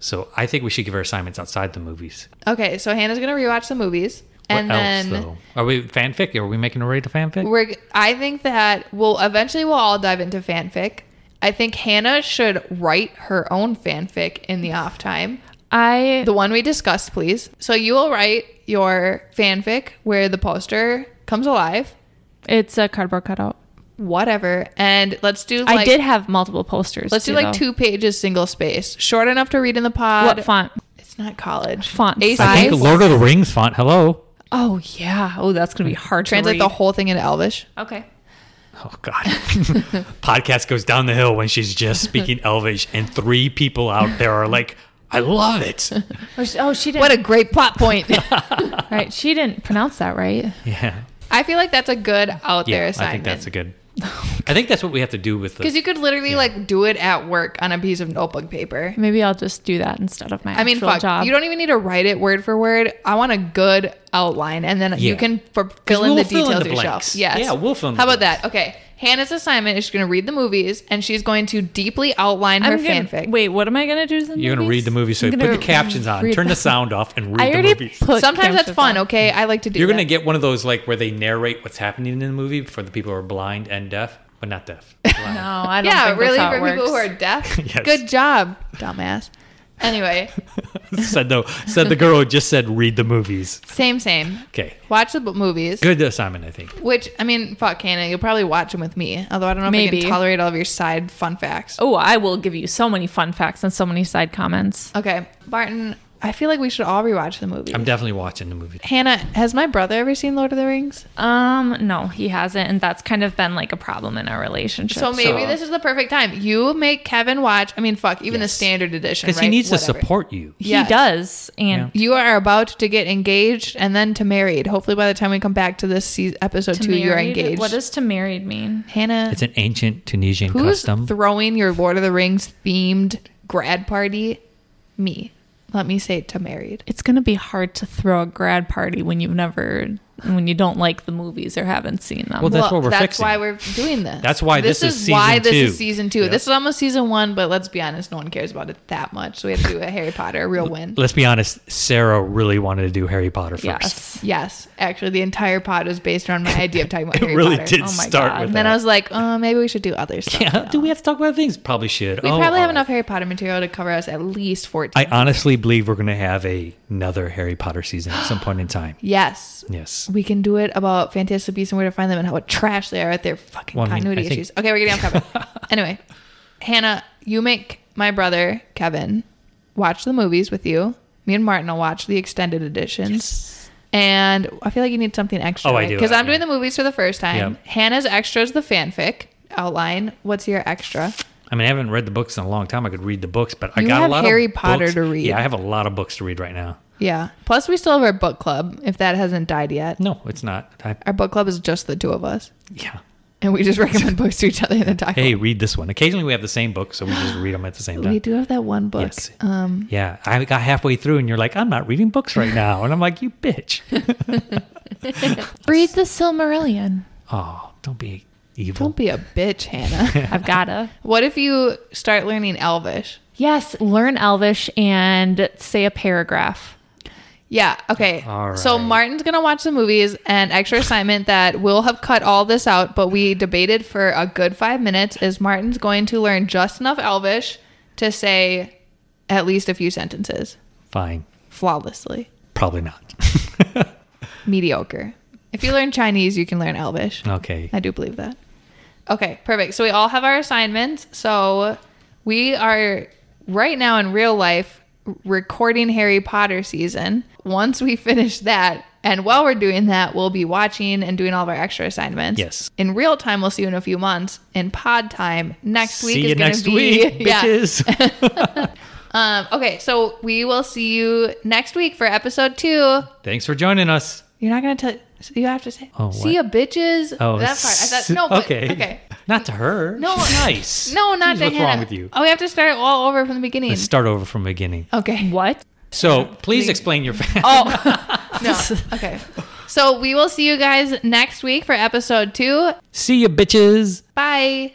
[SPEAKER 2] So I think we should give her assignments outside the movies.
[SPEAKER 1] Okay, so Hannah's gonna rewatch the movies,
[SPEAKER 2] What
[SPEAKER 1] and
[SPEAKER 2] else
[SPEAKER 1] then
[SPEAKER 2] though? Are we fanfic? Are we making a rate of fanfic?
[SPEAKER 1] we're. I think that we'll eventually we'll all dive into fanfic. I think Hannah should write her own fanfic in the off time.
[SPEAKER 3] I
[SPEAKER 1] The one we discussed, please. So you will write your fanfic where the poster comes alive,
[SPEAKER 3] it's a cardboard cutout.
[SPEAKER 1] whatever. And let's do like
[SPEAKER 3] I did have multiple posters.
[SPEAKER 1] let's do
[SPEAKER 3] too,
[SPEAKER 1] like
[SPEAKER 3] though.
[SPEAKER 1] two pages single space. Short enough to read in the pod.
[SPEAKER 3] What font?
[SPEAKER 1] It's not college.
[SPEAKER 3] Font
[SPEAKER 1] A5.
[SPEAKER 3] size?
[SPEAKER 2] I think Lord of the Rings font. Hello.
[SPEAKER 3] Oh yeah. Oh, that's gonna be hard
[SPEAKER 1] Translate
[SPEAKER 3] to
[SPEAKER 1] the
[SPEAKER 3] read.
[SPEAKER 1] whole thing into Elvish.
[SPEAKER 3] The whole- okay.
[SPEAKER 2] Oh God. Podcast goes down the hill when she's just speaking Elvish, and three people out there are like, "I love it."
[SPEAKER 3] Oh, she- Oh, she didn't.
[SPEAKER 1] What a great plot point.
[SPEAKER 3] right. She didn't pronounce that right.
[SPEAKER 2] Yeah.
[SPEAKER 1] I feel like that's a good out there
[SPEAKER 2] Yeah. I
[SPEAKER 1] assignment.
[SPEAKER 2] think that's a good. I think that's what we have to do with the.
[SPEAKER 1] because you could literally like do it at work on a piece of notebook paper.
[SPEAKER 3] Maybe I'll just do that instead of my
[SPEAKER 1] I mean,
[SPEAKER 3] actual
[SPEAKER 1] fuck.
[SPEAKER 3] job.
[SPEAKER 1] You don't even need to write it word for word. I want a good outline, and then
[SPEAKER 2] Yeah.
[SPEAKER 1] you can for, fill in
[SPEAKER 2] we'll
[SPEAKER 1] the
[SPEAKER 2] fill in
[SPEAKER 1] details
[SPEAKER 2] the
[SPEAKER 1] yourself.
[SPEAKER 2] blanks.
[SPEAKER 1] Yes.
[SPEAKER 2] Yeah, we'll fill in the
[SPEAKER 1] How about
[SPEAKER 2] blanks.
[SPEAKER 1] that? Okay. Hannah's assignment is she's going to read the movies, and she's going to deeply outline her
[SPEAKER 3] I'm gonna,
[SPEAKER 1] fanfic.
[SPEAKER 3] Wait, what am I gonna do?
[SPEAKER 2] You're gonna read the movie, so
[SPEAKER 3] I'm
[SPEAKER 2] put
[SPEAKER 3] gonna
[SPEAKER 2] the captions on,
[SPEAKER 3] read
[SPEAKER 2] turn the
[SPEAKER 3] them.
[SPEAKER 2] sound off, and
[SPEAKER 3] I
[SPEAKER 2] read the
[SPEAKER 3] already
[SPEAKER 2] movies.
[SPEAKER 3] put.
[SPEAKER 1] Sometimes that's
[SPEAKER 3] captions
[SPEAKER 1] fun.
[SPEAKER 3] on.
[SPEAKER 1] Okay, I like to do.
[SPEAKER 2] You're
[SPEAKER 1] that.
[SPEAKER 2] gonna get one of those like where they narrate what's happening in the movie for the people who are blind and deaf, but not deaf.
[SPEAKER 3] No,
[SPEAKER 2] Blind.
[SPEAKER 3] I don't.
[SPEAKER 1] yeah,
[SPEAKER 3] think
[SPEAKER 1] really
[SPEAKER 3] that's how
[SPEAKER 1] for
[SPEAKER 3] it
[SPEAKER 1] people who are
[SPEAKER 3] works.
[SPEAKER 1] deaf.
[SPEAKER 2] Yes.
[SPEAKER 1] Good job, dumbass. Anyway,
[SPEAKER 2] said no. Said the girl who just said read the movies.
[SPEAKER 1] same same.
[SPEAKER 2] Okay,
[SPEAKER 1] Watch the b- movies.
[SPEAKER 2] good assignment, I think.
[SPEAKER 1] Which I mean, fuck Hannah, you'll probably watch them with me. Although I don't know if I
[SPEAKER 3] Maybe.
[SPEAKER 1] can tolerate all of your side fun facts.
[SPEAKER 3] Oh, I will give you so many fun facts and so many side comments.
[SPEAKER 1] Okay, Barton, I feel like we should all rewatch the movie.
[SPEAKER 2] I'm definitely watching the movie.
[SPEAKER 1] Hannah, has my brother ever seen Lord of the Rings?
[SPEAKER 3] Um, no, he hasn't, and that's kind of been like a problem in our relationship.
[SPEAKER 1] So maybe
[SPEAKER 2] uh,
[SPEAKER 1] this is the perfect time. You make Kevin watch. I mean, fuck, even the
[SPEAKER 2] Yes.
[SPEAKER 1] standard edition.
[SPEAKER 2] Because
[SPEAKER 1] right?
[SPEAKER 2] he needs to
[SPEAKER 1] Whatever.
[SPEAKER 2] support you.
[SPEAKER 3] he
[SPEAKER 1] Yes.
[SPEAKER 3] does, and
[SPEAKER 1] You are about to get engaged and then to married. Hopefully, by the time we come back to this se- episode
[SPEAKER 3] to
[SPEAKER 1] two, you're
[SPEAKER 3] married-
[SPEAKER 1] engaged.
[SPEAKER 3] What does to married mean?
[SPEAKER 1] Hannah?
[SPEAKER 2] It's an ancient Tunisian
[SPEAKER 1] who's
[SPEAKER 2] custom.
[SPEAKER 1] throwing your Lord of the Rings themed grad party? Me. Let me say to married.
[SPEAKER 3] It's gonna be hard to throw a grad party when you've never, when you don't like the movies or haven't seen them.
[SPEAKER 2] Well, that's what we're
[SPEAKER 1] that's
[SPEAKER 2] fixing.
[SPEAKER 1] why we're doing this.
[SPEAKER 2] That's why this is
[SPEAKER 1] why
[SPEAKER 2] season
[SPEAKER 1] this
[SPEAKER 2] two.
[SPEAKER 1] is season two.
[SPEAKER 2] Yep.
[SPEAKER 1] This is almost season one, but let's be honest, no one cares about it that much. So we have to do a Harry Potter, a real win.
[SPEAKER 2] Let's be honest. Sarah really wanted to do Harry Potter first.
[SPEAKER 3] yes.
[SPEAKER 1] Yes, actually, the entire pod was based around my idea of talking about
[SPEAKER 2] It
[SPEAKER 1] Harry
[SPEAKER 2] really
[SPEAKER 1] Potter.
[SPEAKER 2] did
[SPEAKER 3] Oh my
[SPEAKER 2] start
[SPEAKER 3] God.
[SPEAKER 2] with
[SPEAKER 1] And then
[SPEAKER 2] that.
[SPEAKER 1] I was like, oh, maybe we should do other stuff.
[SPEAKER 2] yeah,
[SPEAKER 1] now.
[SPEAKER 2] do we have to talk about things? Probably should.
[SPEAKER 1] We
[SPEAKER 2] Oh,
[SPEAKER 1] probably have
[SPEAKER 2] all
[SPEAKER 1] enough Harry Potter material to cover us at least
[SPEAKER 2] I
[SPEAKER 1] 14.
[SPEAKER 2] honestly believe we're going to have a, another Harry Potter season at some point in time.
[SPEAKER 1] yes.
[SPEAKER 2] Yes.
[SPEAKER 1] We can do it about Fantastic Beasts and where to find them and how trash they are at their fucking
[SPEAKER 2] Well, I mean,
[SPEAKER 1] continuity
[SPEAKER 2] I think-
[SPEAKER 1] issues. Okay, we're getting off topic. anyway, Hannah, you make my brother, Kevin, watch the movies with you. Me and Martin will watch the extended editions. And I feel like you need something extra.
[SPEAKER 2] Oh, I do,
[SPEAKER 1] Because I'm
[SPEAKER 2] yeah.
[SPEAKER 1] doing the movies for the first time.
[SPEAKER 2] Yeah.
[SPEAKER 1] Hannah's extra is the fanfic outline. What's your extra?
[SPEAKER 2] I mean, I haven't read the books in a long time. I could read the books, but I
[SPEAKER 1] You
[SPEAKER 2] got
[SPEAKER 1] have
[SPEAKER 2] a lot
[SPEAKER 1] Harry
[SPEAKER 2] of
[SPEAKER 1] Potter
[SPEAKER 2] books-
[SPEAKER 1] to read.
[SPEAKER 2] Yeah, I have a lot of books to read right now.
[SPEAKER 1] Yeah. Plus, we still have our book club if that hasn't died yet.
[SPEAKER 2] No, it's not. I,
[SPEAKER 1] Our book club is just the two of us.
[SPEAKER 2] yeah.
[SPEAKER 1] And we just recommend books to each other and then talk
[SPEAKER 2] Hey, read this one. Occasionally we have the same book, so we just read them at the same time.
[SPEAKER 1] We do have that one book.
[SPEAKER 2] Yes.
[SPEAKER 1] Um,
[SPEAKER 2] Yeah, I got halfway through, and you're like, "I'm not reading books right now," and I'm like, "You bitch!"
[SPEAKER 3] Read the Silmarillion.
[SPEAKER 2] Oh, don't be evil.
[SPEAKER 1] don't be a bitch, Hannah.
[SPEAKER 3] I've gotta.
[SPEAKER 1] what if you start learning Elvish?
[SPEAKER 3] Yes, learn Elvish and say a paragraph.
[SPEAKER 1] Yeah. Okay.
[SPEAKER 2] All
[SPEAKER 1] So
[SPEAKER 2] right.
[SPEAKER 1] Martin's gonna watch the movies and extra assignment that we'll have cut all this out, but we debated for a good five minutes. Is Martin's going to learn just enough Elvish to say at least a few sentences
[SPEAKER 2] Fine,
[SPEAKER 1] flawlessly,
[SPEAKER 2] probably not.
[SPEAKER 1] mediocre. If you learn Chinese, you can learn Elvish.
[SPEAKER 2] Okay,
[SPEAKER 1] I do believe that. Okay, perfect. So we all have our assignments. So we are right now in real life recording Harry Potter season. Once we finish that, and while we're doing that, we'll be watching and doing all of our extra assignments.
[SPEAKER 2] Yes.
[SPEAKER 1] In real time, we'll see you in a few months. In pod time, next week
[SPEAKER 2] see
[SPEAKER 1] is
[SPEAKER 2] you
[SPEAKER 1] going
[SPEAKER 2] next
[SPEAKER 1] to be
[SPEAKER 2] week, bitches.
[SPEAKER 1] Um, okay, so we will see you next week for episode 2. You're
[SPEAKER 2] Thanks for joining us.
[SPEAKER 1] not going to tell you have to say
[SPEAKER 2] Oh,
[SPEAKER 1] see ya bitches.
[SPEAKER 2] Oh,
[SPEAKER 1] that part. I thought
[SPEAKER 2] s-
[SPEAKER 1] no, but,
[SPEAKER 2] okay.
[SPEAKER 1] okay.
[SPEAKER 2] Not to her.
[SPEAKER 1] No.
[SPEAKER 2] She's nice.
[SPEAKER 1] No, not
[SPEAKER 2] Jeez,
[SPEAKER 1] to
[SPEAKER 2] What's
[SPEAKER 1] Hannah.
[SPEAKER 2] wrong with you?
[SPEAKER 1] Oh, we have to start all over from the beginning.
[SPEAKER 2] Let's start over from the beginning.
[SPEAKER 1] okay.
[SPEAKER 3] What?
[SPEAKER 2] So please explain your fa-
[SPEAKER 1] Oh. no. Okay. So we will see you guys next week for episode two.
[SPEAKER 2] See you, bitches.
[SPEAKER 1] Bye.